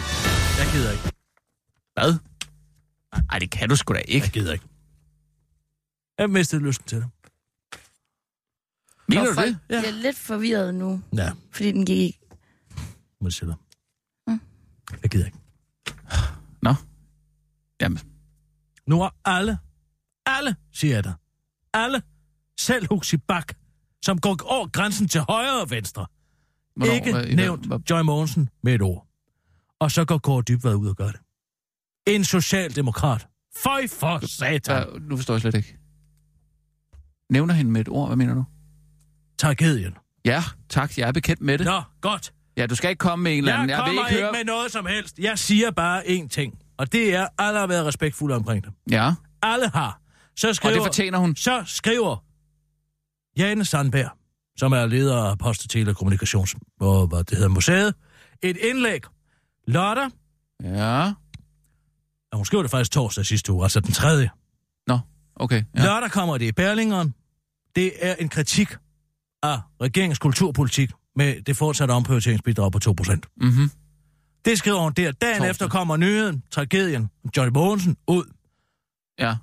[SPEAKER 3] Jeg gider ikke.
[SPEAKER 4] Hvad? Ej, det kan du sgu da ikke.
[SPEAKER 3] Jeg gider ikke. Jeg mistede lysten til det.
[SPEAKER 4] Mener du
[SPEAKER 8] Og folk
[SPEAKER 4] det?
[SPEAKER 3] Ja.
[SPEAKER 8] bliver lidt forvirret nu,
[SPEAKER 3] Ja,
[SPEAKER 8] fordi den gik ikke.
[SPEAKER 3] må jeg sige dig. Jeg gider ikke.
[SPEAKER 4] Nå. Jamen,
[SPEAKER 3] Nu er alle, alle, siger jeg dig, alle, selv Huxi Bak, som går over grænsen til højre og venstre,
[SPEAKER 4] hvornår,
[SPEAKER 3] ikke
[SPEAKER 4] hvad- i-
[SPEAKER 3] nævnt
[SPEAKER 4] hvad-
[SPEAKER 3] Joy Mogensen med et ord. Og så går Kåre Dybvad ud og gør det. En socialdemokrat. Føj for satan.
[SPEAKER 4] hvad- Nu forstår jeg slet ikke. Nævner hende med et ord, hvad mener du?
[SPEAKER 3] Tragedien.
[SPEAKER 4] Ja, tak. Jeg er bekendt med det.
[SPEAKER 3] Nå, godt.
[SPEAKER 4] Ja, du skal ikke komme med en eller
[SPEAKER 3] Jeg
[SPEAKER 4] anden. Jeg, vil
[SPEAKER 3] kommer
[SPEAKER 4] ikke
[SPEAKER 3] ikke
[SPEAKER 4] høre...
[SPEAKER 3] med noget som helst. Jeg siger bare én ting. Og det er, alle har været respektfulde omkring det.
[SPEAKER 4] Ja,
[SPEAKER 3] Alle har. Så
[SPEAKER 4] og det
[SPEAKER 3] skriver,
[SPEAKER 4] fortjener hun.
[SPEAKER 3] så skriver Jane Sandberg, som er leder af Post- og Telekommunikations... Hvor, hvad det hedder, museet. Et indlæg. Lørdag
[SPEAKER 4] Ja,
[SPEAKER 3] Ja, hun skrev det faktisk torsdag sidste uge, altså den tredje.
[SPEAKER 4] okay. Ja.
[SPEAKER 3] Ja. Lørdag kommer det i Berlingeren. Det er en kritik af regeringens kulturpolitik med det fortsatte omprioriteringsbidrag på 2%.
[SPEAKER 4] Mm-hmm.
[SPEAKER 3] Det skriver hun der. Dagen
[SPEAKER 4] Torsdag.
[SPEAKER 3] torsdag. efter kommer nyheden, tragedien, Johnny Mogensen ud,
[SPEAKER 4] ja.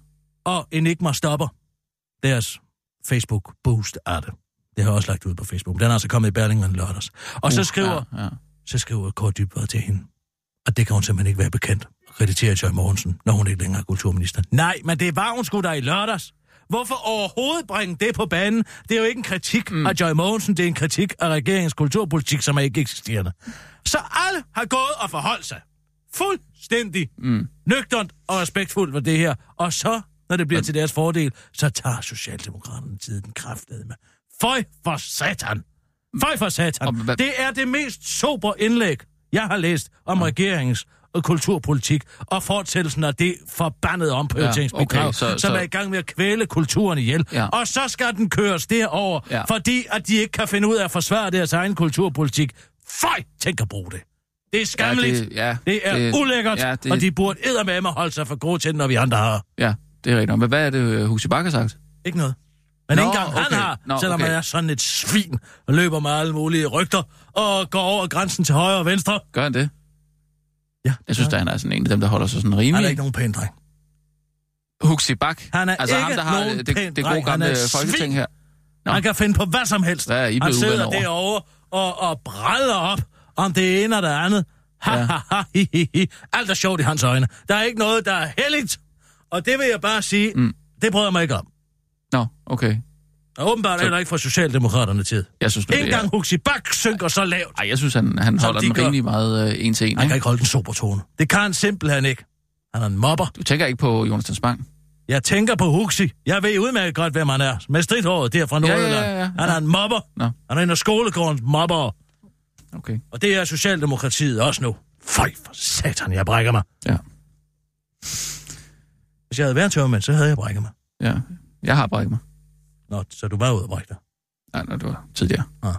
[SPEAKER 3] og Enigma stopper deres Facebook-boost af det. Det har jeg også lagt ud på Facebook. Den er altså kommet i Berlingeren lørdags. Og så
[SPEAKER 4] Uh,
[SPEAKER 3] skriver,
[SPEAKER 4] Ja, ja.
[SPEAKER 3] så skriver Kåre Dybvad til hende, og det kan hun simpelthen ikke være bekendt at kreditere Joy Mogensen, når hun ikke længere er kulturminister. Nej, men det var hun sgu da i lørdags. Hvorfor overhovedet bringe det på banen? Det er jo ikke en kritik mm. af Joy Mogensen, det er en kritik af regeringens kulturpolitik, som er ikke eksisterende. Så alle har gået og forholdt sig fuldstændig mm. nøgternt og respektfuldt for det her. Og så, når det bliver til deres fordel, så tager Socialdemokraterne tiden kraftedet med. Føj for satan! Føj for satan!
[SPEAKER 4] Og hvad-
[SPEAKER 3] Det er det mest sobre indlæg, jeg har læst om ja. regeringens og kulturpolitik og fortsættelsen af det forbandede omprioriteringsbidrag,
[SPEAKER 4] Ja,
[SPEAKER 3] ja,
[SPEAKER 4] okay,
[SPEAKER 3] okay,
[SPEAKER 4] så-
[SPEAKER 3] som
[SPEAKER 4] så-
[SPEAKER 3] er i gang med at kvæle kulturen ihjel.
[SPEAKER 4] Ja.
[SPEAKER 3] Ja. Og så skal den køres derover,
[SPEAKER 4] Ja.
[SPEAKER 3] ja. fordi at de ikke kan finde ud af at forsvare deres egen kulturpolitik. Føj, tænk at bruge det. Det er skamligt.
[SPEAKER 4] det- ja,
[SPEAKER 3] det er
[SPEAKER 4] det-
[SPEAKER 3] ulækkert,
[SPEAKER 4] Øh, ja, det-
[SPEAKER 3] og de burde eddermame holde sig for gode til det, når vi andre har.
[SPEAKER 4] ja, det er rigtigt. nok. Men hvad er det, Husi Bakker har sagt?
[SPEAKER 3] Ikke noget. Men
[SPEAKER 4] Nå,
[SPEAKER 3] Nå, ikke engang okay.
[SPEAKER 4] okay.
[SPEAKER 3] han har,
[SPEAKER 4] Nå,
[SPEAKER 3] selvom
[SPEAKER 4] okay.
[SPEAKER 3] han er sådan et svin, og løber med alle mulige rygter, og går over grænsen til højre og venstre.
[SPEAKER 4] Gør han det?
[SPEAKER 3] Ja,
[SPEAKER 4] Jeg synes, ja. han er sådan en af dem, der holder sig sådan
[SPEAKER 3] han er
[SPEAKER 4] rimelig.
[SPEAKER 3] ikke nogen pæn dreng.
[SPEAKER 4] Huxi Bak.
[SPEAKER 3] Han er
[SPEAKER 4] altså ham,
[SPEAKER 3] ikke
[SPEAKER 4] der har
[SPEAKER 3] nogen
[SPEAKER 4] det, det,
[SPEAKER 3] pæn
[SPEAKER 4] det gode
[SPEAKER 3] dreng. Han
[SPEAKER 4] gamle
[SPEAKER 3] er et svin.
[SPEAKER 4] folketing her. Nå.
[SPEAKER 3] Nå. Han kan finde på hvad som helst.
[SPEAKER 4] Hvad er I
[SPEAKER 3] han
[SPEAKER 4] blevet
[SPEAKER 3] sidder
[SPEAKER 4] uvenner
[SPEAKER 3] derovre og, og brædder op om det ene og det andet. Ha,
[SPEAKER 4] Ja.
[SPEAKER 3] ja. ha, ha, hi, hi, hi. Alt er sjovt i hans øjne. Der er ikke noget, der er helligt. Og det vil jeg bare sige, mm.
[SPEAKER 4] Mm.
[SPEAKER 3] det bryder jeg mig ikke om.
[SPEAKER 4] Nå, okay.
[SPEAKER 3] Og åbenbart
[SPEAKER 4] Så-
[SPEAKER 3] er der ikke fra Socialdemokraterne tid.
[SPEAKER 4] Jeg synes nu,
[SPEAKER 3] En
[SPEAKER 4] det er...
[SPEAKER 3] gang Huxi Bak synker så lavt.
[SPEAKER 4] Ej, jeg synes, han, han
[SPEAKER 3] Som
[SPEAKER 4] holder
[SPEAKER 3] de
[SPEAKER 4] den
[SPEAKER 3] gør.
[SPEAKER 4] rimelig meget øh, en til en.
[SPEAKER 3] Han kan
[SPEAKER 4] ikke?
[SPEAKER 3] ikke holde den sober tone. Det kan han simpelthen ikke. Han er en mobber.
[SPEAKER 4] Du tænker ikke på Jonathan Spang?
[SPEAKER 3] Jeg tænker på Huxi. Jeg ved udmærket godt, hvem han er. Med stridthåret der fra
[SPEAKER 4] Ja, ja,
[SPEAKER 3] Nordjylland.
[SPEAKER 4] ja, ja.
[SPEAKER 3] Han er en mobber.
[SPEAKER 4] Nå.
[SPEAKER 3] Han er en af skolegårdens mobber.
[SPEAKER 4] Okay.
[SPEAKER 3] Og det er Socialdemokratiet også nu. Føj for satan, jeg brækker mig.
[SPEAKER 4] Ja.
[SPEAKER 3] Hvis jeg havde været tørmand, så havde jeg brækket mig.
[SPEAKER 4] ja. Jeg har brækket mig.
[SPEAKER 3] Nå, så du var ude og brække dig.
[SPEAKER 4] Nej, nej, det var tidligere.
[SPEAKER 3] Ah.